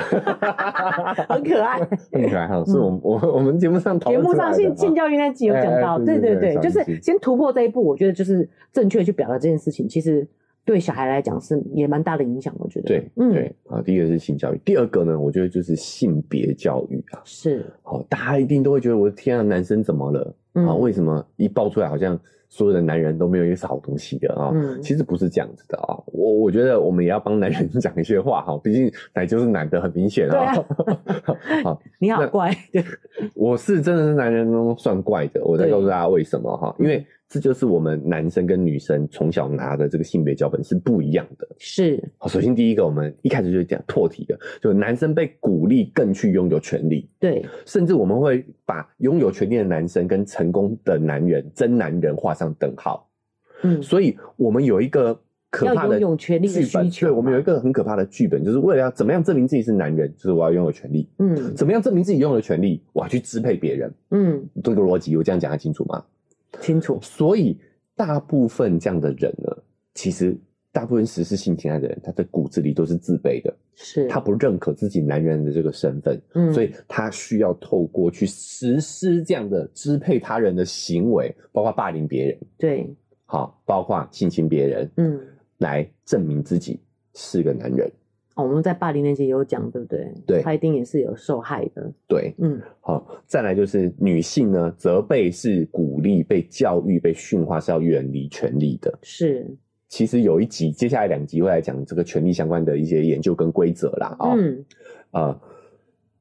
很可爱。 很可爱哈，是我们我我们节目上讨嗯节论目出来上的性哈性教育那集有讲到，哎哎对对对对对，对就小阴是茎先突破这一步，我觉得就是正确去表达这件事情，其实对小孩来讲是也蛮大的影响，我觉得。嗯对对啊，第一个是性教育，第二个呢，我觉得就是性别教育啊。是，好，大家一定都会觉得我的天啊，男生怎么了嗯啊？为什么一爆出来好像所有的男人都没有一个是好东西的啊？嗯其实不是这样子的啊，我我觉得我们也要帮男人 讲一些话哈，毕竟奶就是男的，很明显啊。 好，你好那乖，对，我是真的是男人中算怪的，我再对嗯告诉大家为什么哈，因为这就是我们男生跟女生从小拿的这个性别脚本是不一样的。是好，首先第一个，我们一开始就讲破题的，就男生被鼓励更去拥有权利，对，甚至我们会把拥有权利的男生跟成功的男人、真男人画上等号。嗯，所以，我们有一个可怕要的拥有权利的剧本需求对我们嘛有一个很可怕的剧本，就是为了要怎么样证明自己是男人，就是我要拥有权利；嗯怎么样证明自己拥有权利，我要去支配别人。嗯，这个逻辑我这样讲得清楚吗？清楚，所以大部分这样的人呢，其实大部分实施性侵害的人，他的骨子里都是自卑的，是他不认可自己男人的这个身份，嗯所以他需要透过去实施这样的支配他人的行为，包括霸凌别人，对，好，包括性侵别人，嗯。来证明自己是个男人。哦，我们在霸凌那集有讲，对不对？对他一定也是有受害的。对，嗯，好，再来就是女性呢，责备是鼓励被教育、被驯化是要远离权力的。是，其实有一集，接下来两集会来讲这个权力相关的一些研究跟规则啦。啊、嗯，呃，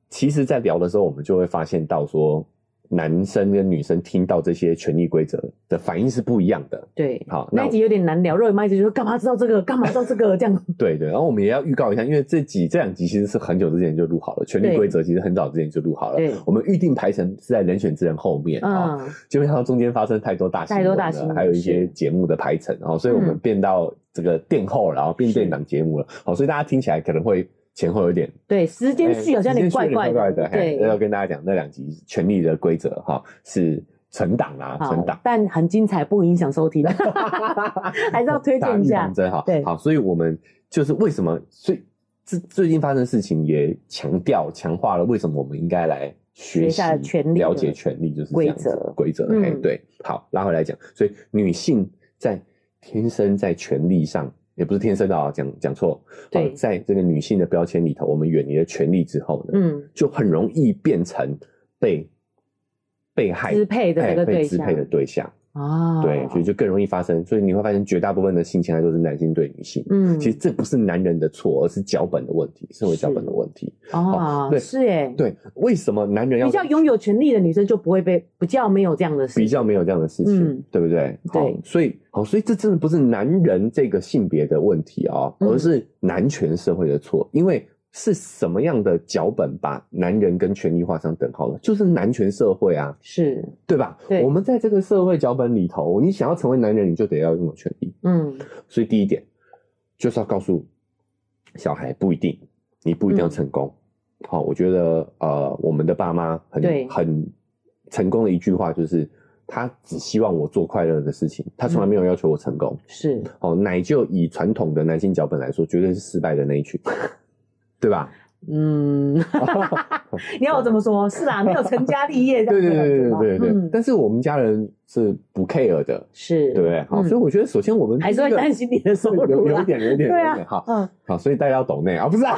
其实，在聊的时候，我们就会发现到说，男生跟女生听到这些权力规则的反应是不一样的。对。好，那那一集有点难聊，肉圆妈一直就说干嘛知道这个，干嘛知道这个，这 样。对对，然后我们也要预告一下，因为这集这两集其实是很久之前就录好了，权力对规则其实很早之前就录好了对。我们预定排程是在人选之人后面啊，嗯，基本上中间发生太多大新闻太多大了新闻还有一些是节目的排程哦，所以我们嗯变到这个殿后了，然后变是电档节目了，好，所以大家听起来可能会前后有点对，时间序好像有点哎时间怪序有点怪的。的，嘿要对，跟大家讲那两集权力的规则哈是存档啦，存好 档，。但很精彩，不影响收 听，还是要推荐一哦打预 下防。针哈。对好，所以我们就是为什么，所以最最近发生的事情也强调强化了为什么我们应该来学学习下权利的了解权利就是这样规则子规则。嗯哎，对，好，拉回来讲，所以女性在天生在权利上。也不是天生的啊，讲讲错。对好在这个女性的标签里头，我们远离了权利之后呢，嗯，就很容易变成被被害支配的那哎个对被支象配的对象。啊，对，所以就更容易发生。所以你会发现，绝大部分的性侵害都是男性对女性。嗯，其实这不是男人的错，而是脚本的问题，社会脚本的问题。啊，对是哎，对，为什么男人要比较拥有权利的女生就不会被，比较没有这样的事。比较没有这样的事情，嗯对不对？好对所以好，所以这真的不是男人这个性别的问题哦，嗯而是男权社会的错，因为。是什么样的脚本把男人跟权力画上等号了？就是男权社会啊，是，对吧？对我们在这个社会脚本里头，你想要成为男人，你就得要拥有权利。嗯，所以第一点就是要告诉小孩，不一定，你不一嗯定要成功。好，我觉得呃，我们的爸妈对很很成功的一句话就是，他只希望我做快乐的事情，他从嗯来没有要求我成功。是哦，奶就以传统的男性脚本来说，绝对是失败的那一群， 对吧？ 嗯，你要我怎么说？是啦，没有成家立业这对样对的感觉对对吗，对对对。嗯，但是我们家人是不 care 的，是，对不对？好，嗯所以我觉得首先我们还是会第一个担心你的收入啦 有有一点，有一点，有对一啊点。好，嗯，好，所以大家要懂内啊，不是啊，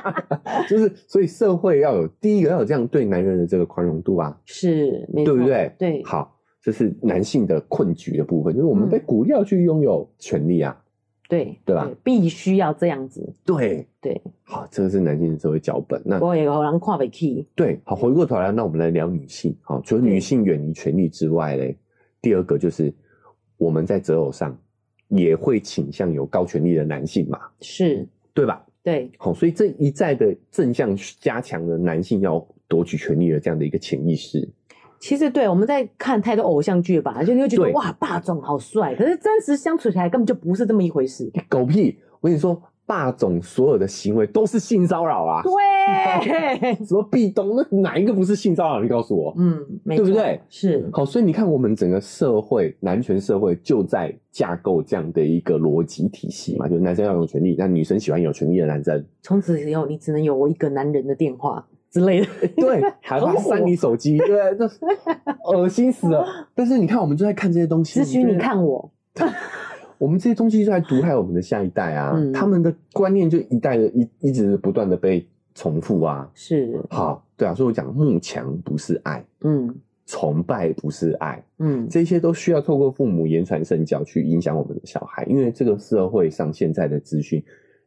就是所以社会要有第一个要有这样对男人的这个宽容度啊，是，没对不错对？对，好，这是男性的困局的部分，就是我们嗯被鼓励要去拥有权利啊，对，对吧必须要这样子，对，对，好，这个是男性的社会脚本。那我也有人跨北 key，对，好，回过头来，那我们来聊女性。好，除了对女性远离权利之外嘞，第二个就是我们在择偶上也会倾向有高权力的男性嘛，是对吧？对，好，哦所以这一再的正向加强了男性要夺取权利的这样的一个潜意识。其实对我们在看太多偶像剧吧，就你会觉得对哇，霸总好帅，可是真实相处起来根本就不是这么一回事，狗屁！我跟你说，霸总所有的行为都是性骚扰啊！对，什么壁咚，那哪一个不是性骚扰？你告诉我。 嗯，没对不错对？是，好，所以你看，我们整个社会男权社会就在架构这样的一个逻辑体系嘛，就是男生要有权利，那女生喜欢有权利的 男生，从此以后你只能有我一个男人的电话之类的，对，还会很火删你手机，对，这 恶心死了。但是你看，我们就在看这些东西，只许对你看我，我们这些东西就在毒害我们的下一代啊，嗯他们的观念就一代的一一直不断的被重复啊。是，好，对啊，所以我讲慕强不是爱，嗯崇拜不是爱，嗯，这些都需要透过父母言传身教去影响我们的小孩，因为这个社会上现在的资讯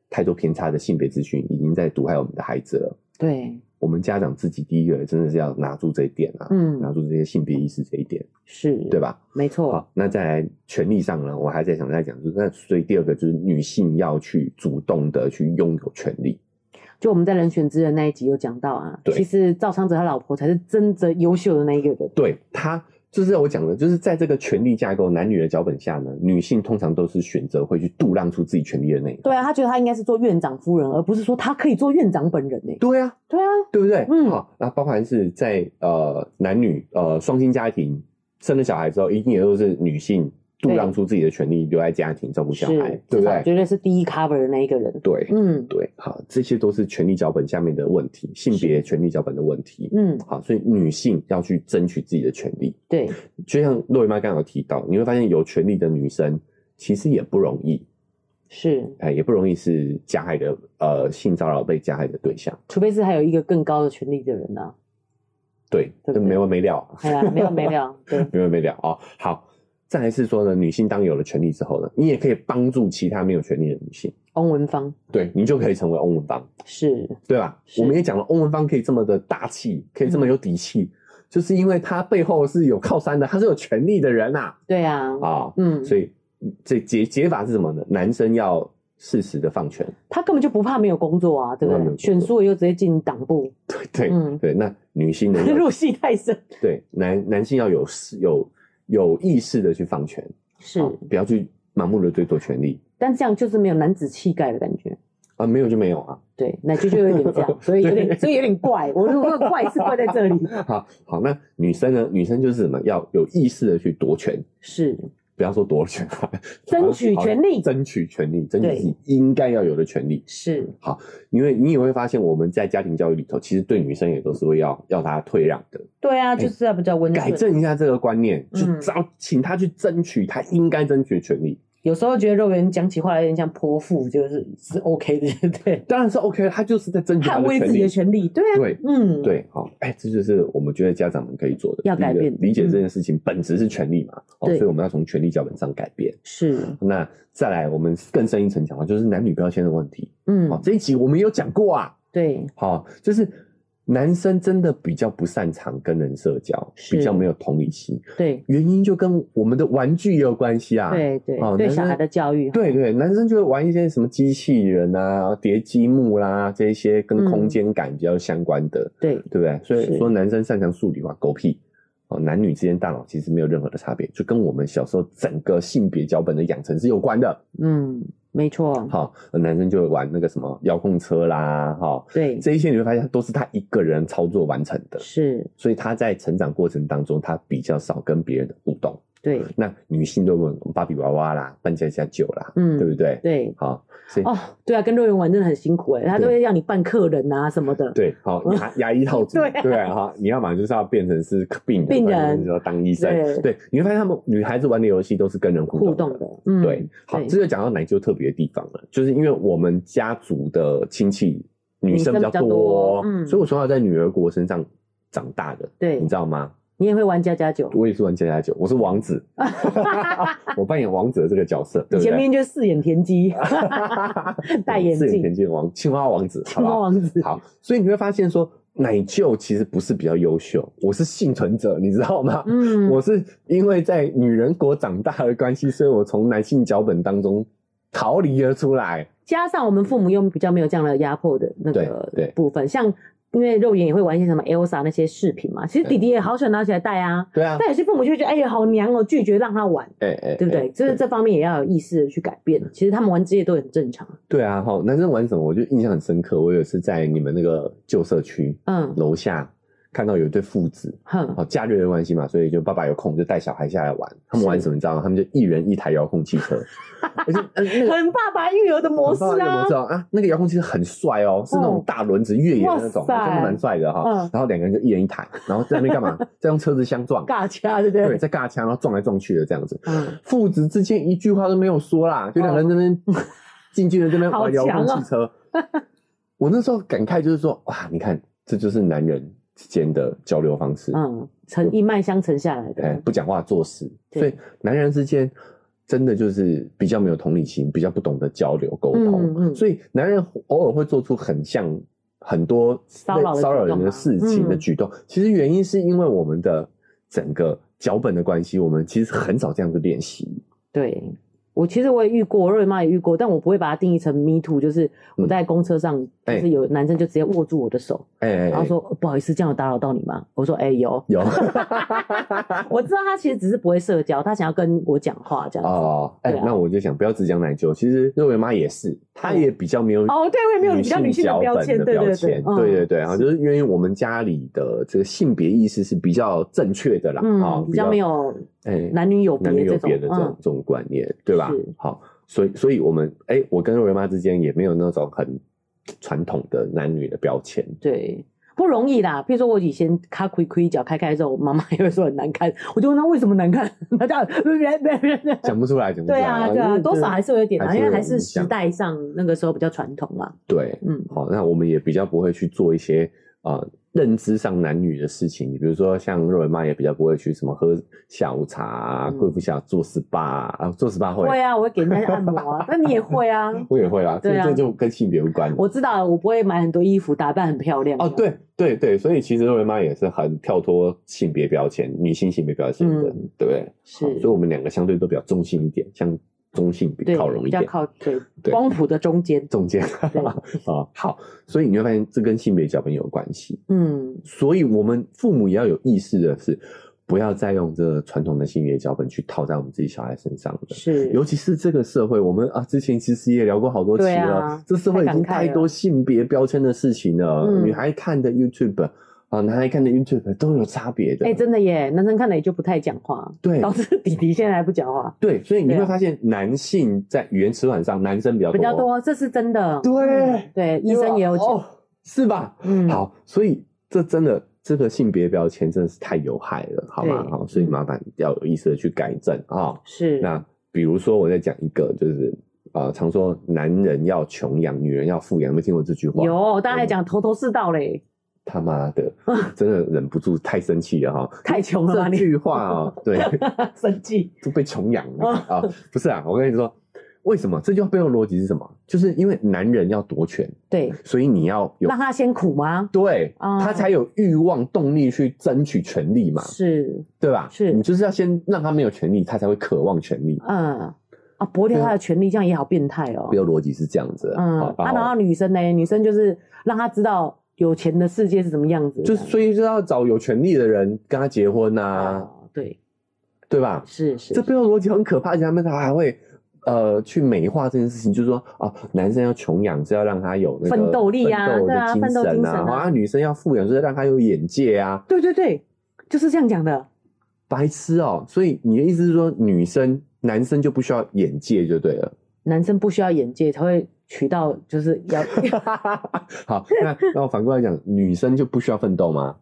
太多偏差的性别资讯已经在毒害我们的孩子了。对，我们家长自己第一个真的是要拿住这一点啊，拿嗯住这些性别意识这一点，是，对？吧？没错，好，哦那再来权利上呢，我还在想再讲，就是那所以第二个就是女性要去主动的去拥有权利，就我们在人选之人那一集有讲到啊，对其实赵昌泽他老婆才是真正优秀的那一个人，对她就是我讲的，就是在这个权力架构男女的脚本下呢，女性通常都是选择会去度让出自己权力的那一方。对啊，他觉得他应该是做院长夫人，而不是说他可以做院长本人呢、对啊，对啊，对不对？嗯好，那包含是在呃男女呃双薪家庭生了小孩之后，一定也都是女性度对让出自己的权利，留在家庭照顾小孩是，，对至不少对？绝对是第一 cover 的那一个人。对，嗯对，好，这些都是权力脚本下面的问题，性别权力脚本的问题。嗯，好，所以女性要去争取自己的权利，对，就像洛姨妈刚刚有提到，你会发现有权利的女生其实也不容易，是，哎，也不容易是加害的呃性骚扰被加害的对象。除非是还有一个更高的权力的人啊。对，对不对没完没了啊，哎呀，没有没 有，对，没完没了啊、哦。好，再来是说呢，女性当有了权利之后呢，你也可以帮助其他没有权利的女性，翁文芳对你就可以成为翁文芳。是对吧？是我们也讲了，翁文芳可以这么的大气，可以这么有底气，就是因为他背后是有靠山的，他是有权力的人呐对啊，啊、嗯，所以这解解法是什么呢？男生要适时的放权，他根本就不怕没有工作啊，对不不怕没对？有工作选输了又直接进党部，对对、嗯？对。那女性呢 入戏太深，对男男性要有适有有意识的去放权，是啊，不要去盲目的追求权力但这样就是没有男子气概的感觉。啊，没有就没有啊。 对，那就就有点这样，所以有点，所以有点怪。我如果怪是怪在这里，好好，那女生呢？女生就是什么？要有意识的去夺权，是不要说夺权 啊，争取权利争取权利，争取对自己应该要有的权利。是，因为你也会发现，我们在家庭教育里头，其实对女生也都是会要要她退让的，对啊，就是要比较温哎改顺。正一下这个观念，嗯就找请她去争取她应该争取的权利。有时候觉得肉圆讲起话来有点像泼妇，就是是 OK 的，对，当然是 OK，她就是在争取她捍的卫权自己利的。权利，对啊，对嗯，，对，好，哎，这就是我们觉得家长们可以做的，要改第一个变理解嗯这件事情本质是权利嘛，哦，对所以我们要从权利脚本上改变。是，那再来，我们更深一层讲到就是男女标签的问题。好、嗯，这一集我们有讲过啊，对，好、就是男生真的比较不擅长跟人社交，是比较没有同理心，对，原因就跟我们的玩具也有关系啊。对对，哦对男小生孩的教育，对对，男生就会玩一些什么机器人啊、叠积木啦，这一些跟空间感比较相关的，对，对不对？所是以说男生擅长数理化，狗屁。哦，男女之间大脑其实没有任何的差别，就跟我们小时候整个性别脚本的养成是有关的。嗯，没错，好、男生就会玩那个什么遥控车啦，哈、对，这一些你会发现都是他一个人操作完成的，是，所以他在成长过程当中，他比较少跟别人的互动。对，那女性都问芭比娃娃啦、扮家家酒啦，嗯对不对？对，好，所以、哦，对啊，跟肉圆玩真的很辛苦哎，他都对会让你扮客人啊什么的，对，好 牙牙医套组，对啊对啊哈，你要么就是要变成是病人，病人不然就是要当医生，对对，你会发现他们女孩子玩的游戏都是跟人互动互动的，嗯，对，好，这就讲到奶舅特别的地方了，就是因为我们家族的亲戚女生比较女生比较多多，哦嗯所以我从小在女儿国身上长大的，对你知道吗？你也会玩家家酒，我也是玩家家酒，我是 王子，我扮演王子的这个角色，你对不前对？面就饰演田 鸡，戴眼是镜田径王青蛙王子，好青不蛙好？王子，好，所以你会发现说，奶舅其实不是比较优秀，我是幸存者，你知道吗？嗯，我是因为在女人国长大的关系，所以我从男性脚本当中逃离了出来。加上我们父母又比较没有这样的压迫的那对个对部分，像因为肉眼也会玩一些什么 Elsa 那些饰品嘛，其实对弟弟也好想拿起来戴啊，对啊，但有些父母就会觉得哎呀好娘哦，拒绝让他玩，哎哎，对不哎对？就是对这方面也要有意识的去改变。其实他们玩这些都很正常，对啊，哈，男生玩什么，我就印象很深刻。我有一次在你们那个旧社区嗯楼下看到有一对父子， 哼，哦，假日的关系嘛，所以就爸爸有空就带小孩下来玩。他们是玩什么？你知道吗？他们就一人一台遥控汽车， 而且呃那个很爸爸育儿的模式很棒啊模式，哦啊，那个遥控汽车很帅哦，是那种哦大轮子越野的那种，哇塞真的蛮帅的哈、嗯然后两个人就一人一台，然后在那 边干嘛？在用车子相撞，尬掐，对不对，对？在尬枪，然后撞来撞去的这样子。嗯，父子之间一句话都没有说啦，就两个人这边 静静的这边哦好玩遥强控哦汽车。 我那时候感慨就是说，哇，你看，这就是男人之间的交流方式。嗯，承一脉相承下来哎，的，不讲话做事，嗯对所以男人之间真的就是比较没有同理心，比较不懂得交流沟通，嗯嗯所以男人偶尔会做出很像很多骚扰的举动啊骚扰人的事情的嗯举动。其实原因是因为我们的整个脚本的关系，我们其实很少这样子练习。对，我其实我也遇过，瑞妈也遇过，但我不会把它定义成 me too，就是我在公车上，就嗯哎是有男生就直接握住我的手，哎哎、哎然后说、呃不好意思，这样有打扰到你吗？我说哎、有， 有啊我知道他其实只是不会社交，他想要跟我讲话这样子。哦，哎、对啊那我就想不要只讲奶舅，其实瑞文妈也是，她也比较没有哦对我也没有比较女性的脚标本签的对对标对签，嗯对对对，然后就是因为我们家里的这个性别意识是比较正确的啦，啊嗯，，比较没有哎男女有男别女有这种别的这种、嗯这种观念，对吧是？好，所以所以我们哎、我跟瑞文妈之间也没有那种很传统的男女的标签，对，不容易啦。譬如说我以前卡亏亏脚开开的时候，我妈妈也会说很难看，我就问她为什么难看， 她讲别别别别别。讲不出来，讲不出来，对啊，对因啊，为多少还是会有点啊，还是因为有还影是时响代上那个时候比较传统嘛。对，嗯，好，那我们也比较不会去做一些呃认知上男女的事情，比如说像瑞文妈也比较不会去什么喝下午茶、啊、嗯贵妇下做 SPA 啊，啊做 SPA 会，会啊，我会给人家按摩啊，那你也会 啊。我也会啊，这对啊这就跟性别无关。我知道，我不会买很多衣服，打扮很漂亮。哦，，对对对，所以其实瑞文妈也是很跳脱性别标签，女性性别标签的，嗯对不对？是好所以我们两个相对都比较中性一点，像中性比对，靠拢一比较点，靠对对光谱的中间。中间对 啊、好，所以你会发现这跟性别脚本有关系。嗯，所以我们父母也要有意识的是，不要再用这个传统的性别脚本去套在我们自己小孩身上了。是尤其是这个社会，我们啊之前其实也聊过好多期对了，啊这社会已经太多性别标签的事情了。嗯女孩看的 YouTube 啊，男孩看的 YouTube 都有差别的。哎、真的耶，男生看了也就不太讲话，对导致弟弟现在还不讲话，对，所以你对会啊发现男性在语言迟缓上，男生比较比较。多，这是真的。哦嗯对对，医生也有讲。哦，是吧？嗯，好，所以这真的这个性别标签真的是太有害了，好吗？对嗯好，所以麻烦要有意识的去改正啊、是那比如说，我再讲一个，就是呃，常说男人要穷养，女人要富养，有没有听过这句话？有，大家还嗯讲头头是道 嘞，他妈 的，真的忍不住太生气了哈、太穷了吧这你？句话啊、对， 生气。都被穷养哦了啊、不是啊，我跟你说，为什么这句话背后逻辑是什么？就是因为男人要夺权，对，所以你要有让他先苦吗？对，啊他才有欲望、动力去争取权利嘛，是，对吧？是你就是要先让他没有权利，他才会渴望权利。嗯，啊，剥掉他的权利，这样也好变态哦比。如逻辑是这样子的，嗯，好啊，然后女生呢？女生就是让他知道有钱的世界是什么样子，就这样所以就要找有权利的人跟他结婚啊，哦，对，对吧？是是，这背后逻辑很可怕，而且他们他还会呃去美化这件事情，就是说啊，男生要穷养是要让他有那个奋斗力啊奋斗对啊的精奋斗精神神啊然后啊女生要富养就是让他有眼界啊，对对对，就是这样讲的。白痴哦、所以你的意思是说，女生男生就不需要眼界就对了。 男生不需要眼界才会娶到，就是要 好，那那我反过来讲，女生就不需要奋斗吗？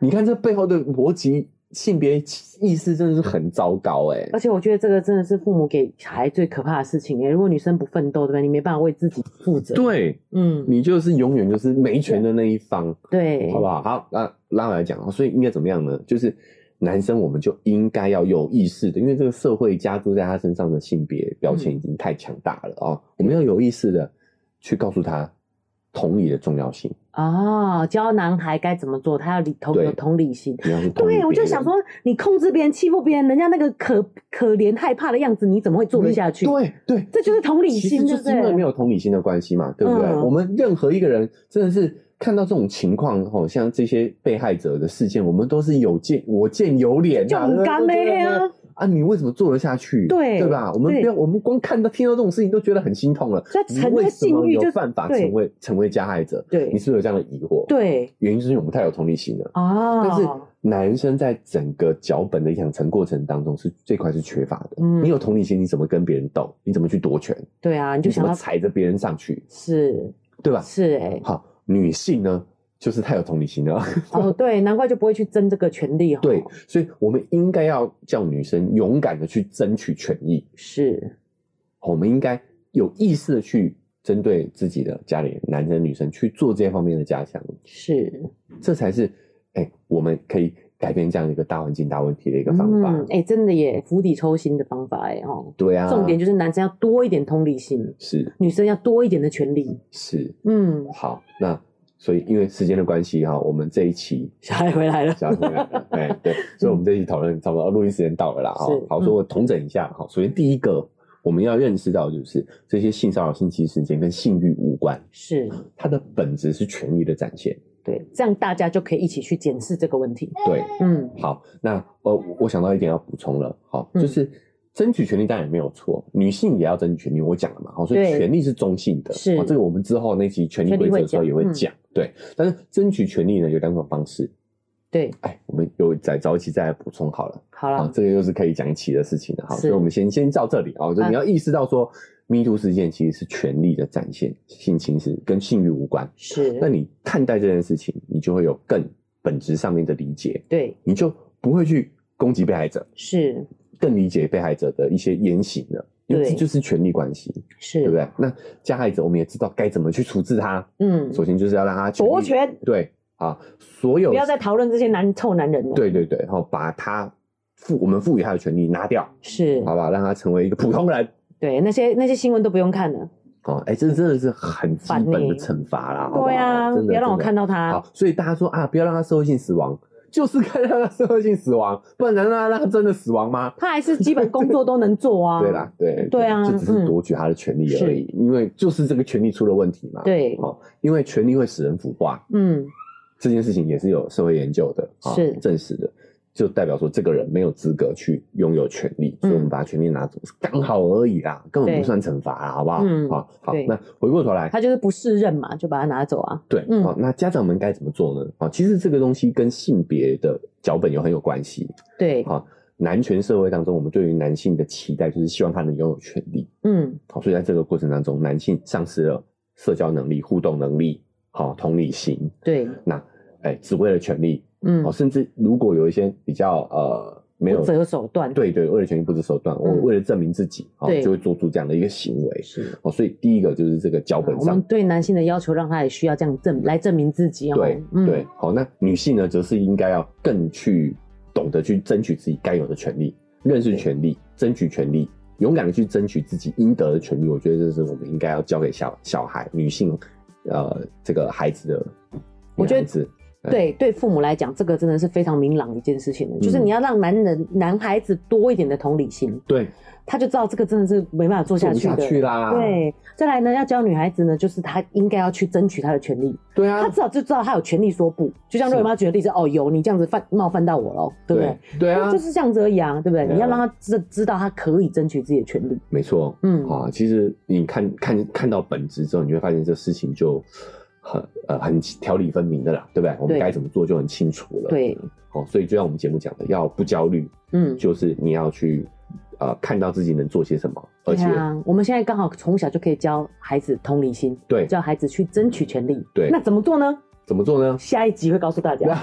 你看这背后的逻辑、性别意识真的是很糟糕哎、而且我觉得这个真的是父母给孩最可怕的事情耶、如果女生不奋斗，对吧？你没办法为自己负责。，对嗯，你就是永远就是没权的那一方，对，好不好？好，那拉回来讲，啊所以应该怎么样呢？就是男生我们就应该要有意识的，因为这个社会加注在他身上的性别标签已经太强大了嗯啊、哦我们要有意识的去告诉他同理的重要性。哦，教男孩该怎么做，他要理同对有同理心。你要去同理对，我别就人想说，你控制别人、欺负别人，人家那个可可怜、害怕的样子，你怎么会做得下去？，对对，这就是同理心，其对不实就是因为没对？有同理心的关系嘛，对不对？嗯我们任何一个人真的是看到这种情况，哦，像这些被害者的事件，我们都是有见我见有脸就呐、很干杯对不啊对！啊，你为什么做得下去？对对吧？我们对不要，我们光看到听到这种事情都觉得很心痛了。所以你成那为个什性么欲就有办法对成为成为加害者？对你是不是有这样的疑惑？，对原因就是因为我们太有同理心了。啊，但是男生在整个脚本的养成过程当中是这块是缺乏的。嗯你有同理心，你怎么跟别人斗？你怎么去夺权？对啊，你你就怎想么要踩着别人上去，是对吧？是 哎，好，女性呢，就是太有同理心了。 哦对，难怪就不会去争这个权利哦。对，所以我们应该要叫女生勇敢的去争取权益，是，我们应该有意识的去针对自己的家里人男生女生去做这方面的加强，是，这才是哎、我们可以改变这样一个大环境大问题的一个方法。嗯，哎，真的耶，釜底抽薪的方法哎哦。对啊，重点就是男生要多一点同理心，是女生要多一点的权利。是嗯，好，那所以因为时间的关系哈，我们这一期小孩回来了， 小回来 了，哎，对，所以我们这一期讨论差不多，录音时间到了啦，哈是，嗯好，所以我统整一下，好，首先第一个，我们要认识到，就是这些性骚扰、性侵事件跟性欲无关，是它的本质是权力的展现。对，这样大家就可以一起去检视这个问题。对，嗯，好，那呃，我我想到一点要补充了，好，嗯就是争取权利当然也没有错，女性也要争取权利，我讲了嘛，好，所以对权利是中性的，是好这个我们之后那期权利权利规则会的时候讲也会嗯讲，对，但是争取权利呢有两种方式，对，哎，我们有再早期再来补充好了，好好，了，啊这个又是可以讲一期的事情了，好，哦是所以我们先先到这里啊，就啊你要意识到说。Me Too 事件其实是权力的展现，性侵是跟性欲无关。是那，你看待这件事情，你就会有更本质上面的理解。对，你就不会去攻击被害者，是更理解被害者的一些言行了。因为对这就是权力关系，是，对不？对？那加害者我们也知道该怎么去处置他，嗯，首先就是要让他权利夺，权，对啊，所有不要再讨论这些男臭男人了。，对对对，然后把他赋我们赋予他的权利拿掉，是，好吧，让他成为一个普通人。对，那些那些新闻都不用看了。哦，哎，这真的是很基烦本的欸惩罚啦，好不好对啊，真的不要让我真的看到他好。，所以大家说啊，不要让他社会性死亡，就是该让他社会性死亡，不然难道要让他真的死亡吗？他还是基本工作都能做啊。 对啦，，对对啊这只是夺取他的权利而已，因为就是这个权利出了问题嘛。，对，哦，因为权利会使人腐化，嗯，这件事情也是有社会研究的，啊是证实的，就代表说这个人没有资格去拥有权利，嗯所以我们把权利拿走，刚好而已啦，根本不算惩罚啦，好不好？嗯好，好对，那回过头来，他就是不适任嘛，就把他拿走啊。对，嗯好，那家长们该怎么做呢？啊，其实这个东西跟性别的脚本有很有关系，对，好。男权社会当中，我们对于男性的期待就是希望他能拥有权利，嗯，好，所以在这个过程当中，男性丧失了社交能力、互动能力，好、同理心，对，那哎、只为了权利，嗯好、，哦甚至如果有一些比较呃没有不择手段。，对对，为了权利不择手段，我嗯为了证明自己，好、对就会做出这样的一个行为，是。好、所以第一个就是这个脚啊本我上们，对男性的要求，让他也需要这样证来证明自己哦。对、嗯对，好、那女性呢，则是应该要更去懂得去争取自己该有的权利，认识权利，争取权利。勇敢的去争取自己应得的权利，我觉得这是我们应该要教给小小孩、女性，呃，这个孩子的，我觉得女孩子对对，父母来讲，这个真的是非常明朗一件事情的，就是哎嗯你要让男人、男孩子多一点的同理心，对他就知道这个真的是没办法做做下不去下的。去啊啦，对，再来呢，要教女孩子呢，就是她应该要去争取她的权利，对啊她，至少就知道她有权利说不。就像是瑞妈举的例子，哦，有你这样子犯冒犯到我了，对不对？对啊，就是这样子而已啊，对不对？对啊你要让她知知道她可以争取自己的权利。没错，嗯啊，其实你看看看到本质之后，你会发现这事情就很呃很条理分明的啦，对不对？我们对该怎么做就很清楚了，，对，哦，所以就像我们节目讲的，要不焦虑，嗯，就是你要去呃看到自己能做些什么，而对且啊，我们现在刚好从小就可以教孩子同理心，对教孩子去争取权利。对那怎么做呢？怎么做呢？ 下一集会告诉大 家。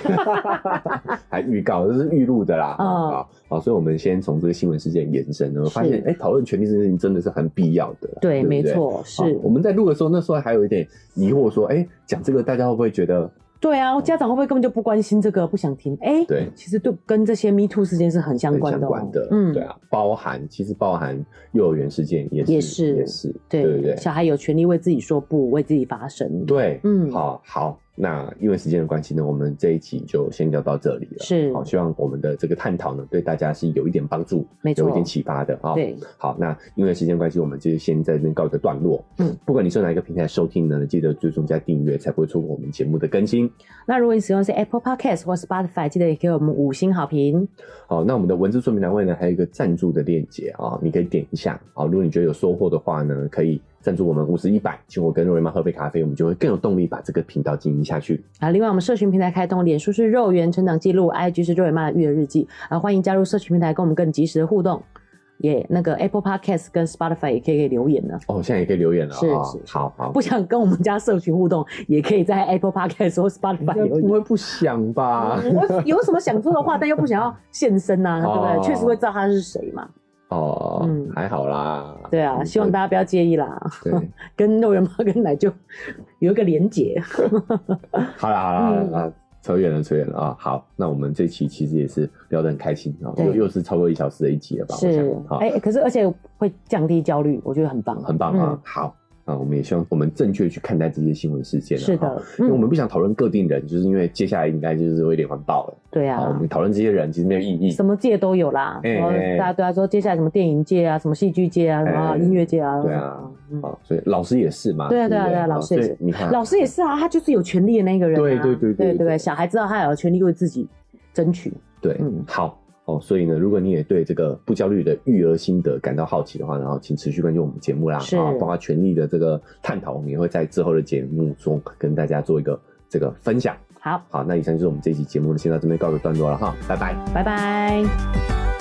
还预告，这是预录的啦。啊、嗯啊、所以我们先从这个新闻事件延伸，然后发是现，哎、讨论权利这件事情真的是很必要的啦。对，不没。错，啊是我。们在录的时候，那时候还有一点疑惑，说，哎、讲这个大家会不会觉得对啊，家长会不会根本就不关心这个，不想听？哎，对其实对跟这些 Me Too 事件是很相很关相的哦。关的？嗯，对啊，包含其实包含幼儿园事件也是也是也是对对不对？小孩有权利为自己说不，为自己发声。，对，嗯好好，那因为时间的关系呢，我们这一集就先聊到这里了。是好，希望我们的这个探讨呢，对大家是有一点帮助，没错有一点启发的啊。对，好，那因为时间关系，我们就先在这边告一个段落。嗯，不管你是哪一个平台收听呢，记得追踪加订阅，才不会错过我们节目的更新。那如果你使用的是 Apple Podcast 或 Spotify，记得也给我们五星好评。好，那我们的文字说明栏位呢，还有一个赞助的链接啊，你可以点一下啊。如果你觉得有收获的话呢，可以赞助我们五十一百，请我跟瑞妈喝杯咖啡，我们就会更有动力把这个频道经营下去。啊，另外我们社群平台开通，脸书是肉圆成长记录，IG 是肉圆妈的育儿日记啊，欢迎加入社群平台跟我们更及时的互动。也、那个 Apple Podcast 跟 Spotify 也可以留言呢、 哦，现在也可以留言了啊、是是是好好，不想跟我们家社群互动，也可以在 Apple Podcast 或 Spotify 应该留不言。会不想吧？嗯 我有什么想说的话，但又不想要现身啊，对不哦对？确实会知道他是谁嘛。哦，嗯还好啦。嗯对啊，希望大家不要介意啦。对，跟肉圆妈跟奶就有一个连 结。好啦好啦、嗯啊，扯远了扯远了啊。好，那我们这期其实也是聊得很开心啊，对又又是超过一小时的一集了吧？我是想，好，哎、可是而且会降低焦虑，我觉得很棒。很棒啊。好，啊，我们也希望我们正确去看待这些新闻事件、啊。是哈，的，因为我嗯，们不想讨论个定人，就是因为接下来应该就是会连环爆了。对啊，我啊们，讨论这些人其实没有意义什。么界都有啦，嗯哎然后哎大家对他说，接下来什么电影界啊，什么戏剧界啊，什么哎音乐界啊，对啊嗯，啊，所以老师也是嘛。对啊对对啊不对啊老师也是所以你看，老师也是啊，他就是有权利的那个人啊，对对对对对对对小孩知道他有权利为自己争取，对，嗯好哦。所以呢，如果你也对这个不焦虑的育儿心得感到好奇的话，然后请持续关注我们节目啦，是啊，包括权力的这个探讨，我们也会在之后的节目中跟大家做一个这个分享。好，好，那以上就是我们这期节目呢，先到这边告一个段落了哈，拜拜。拜拜。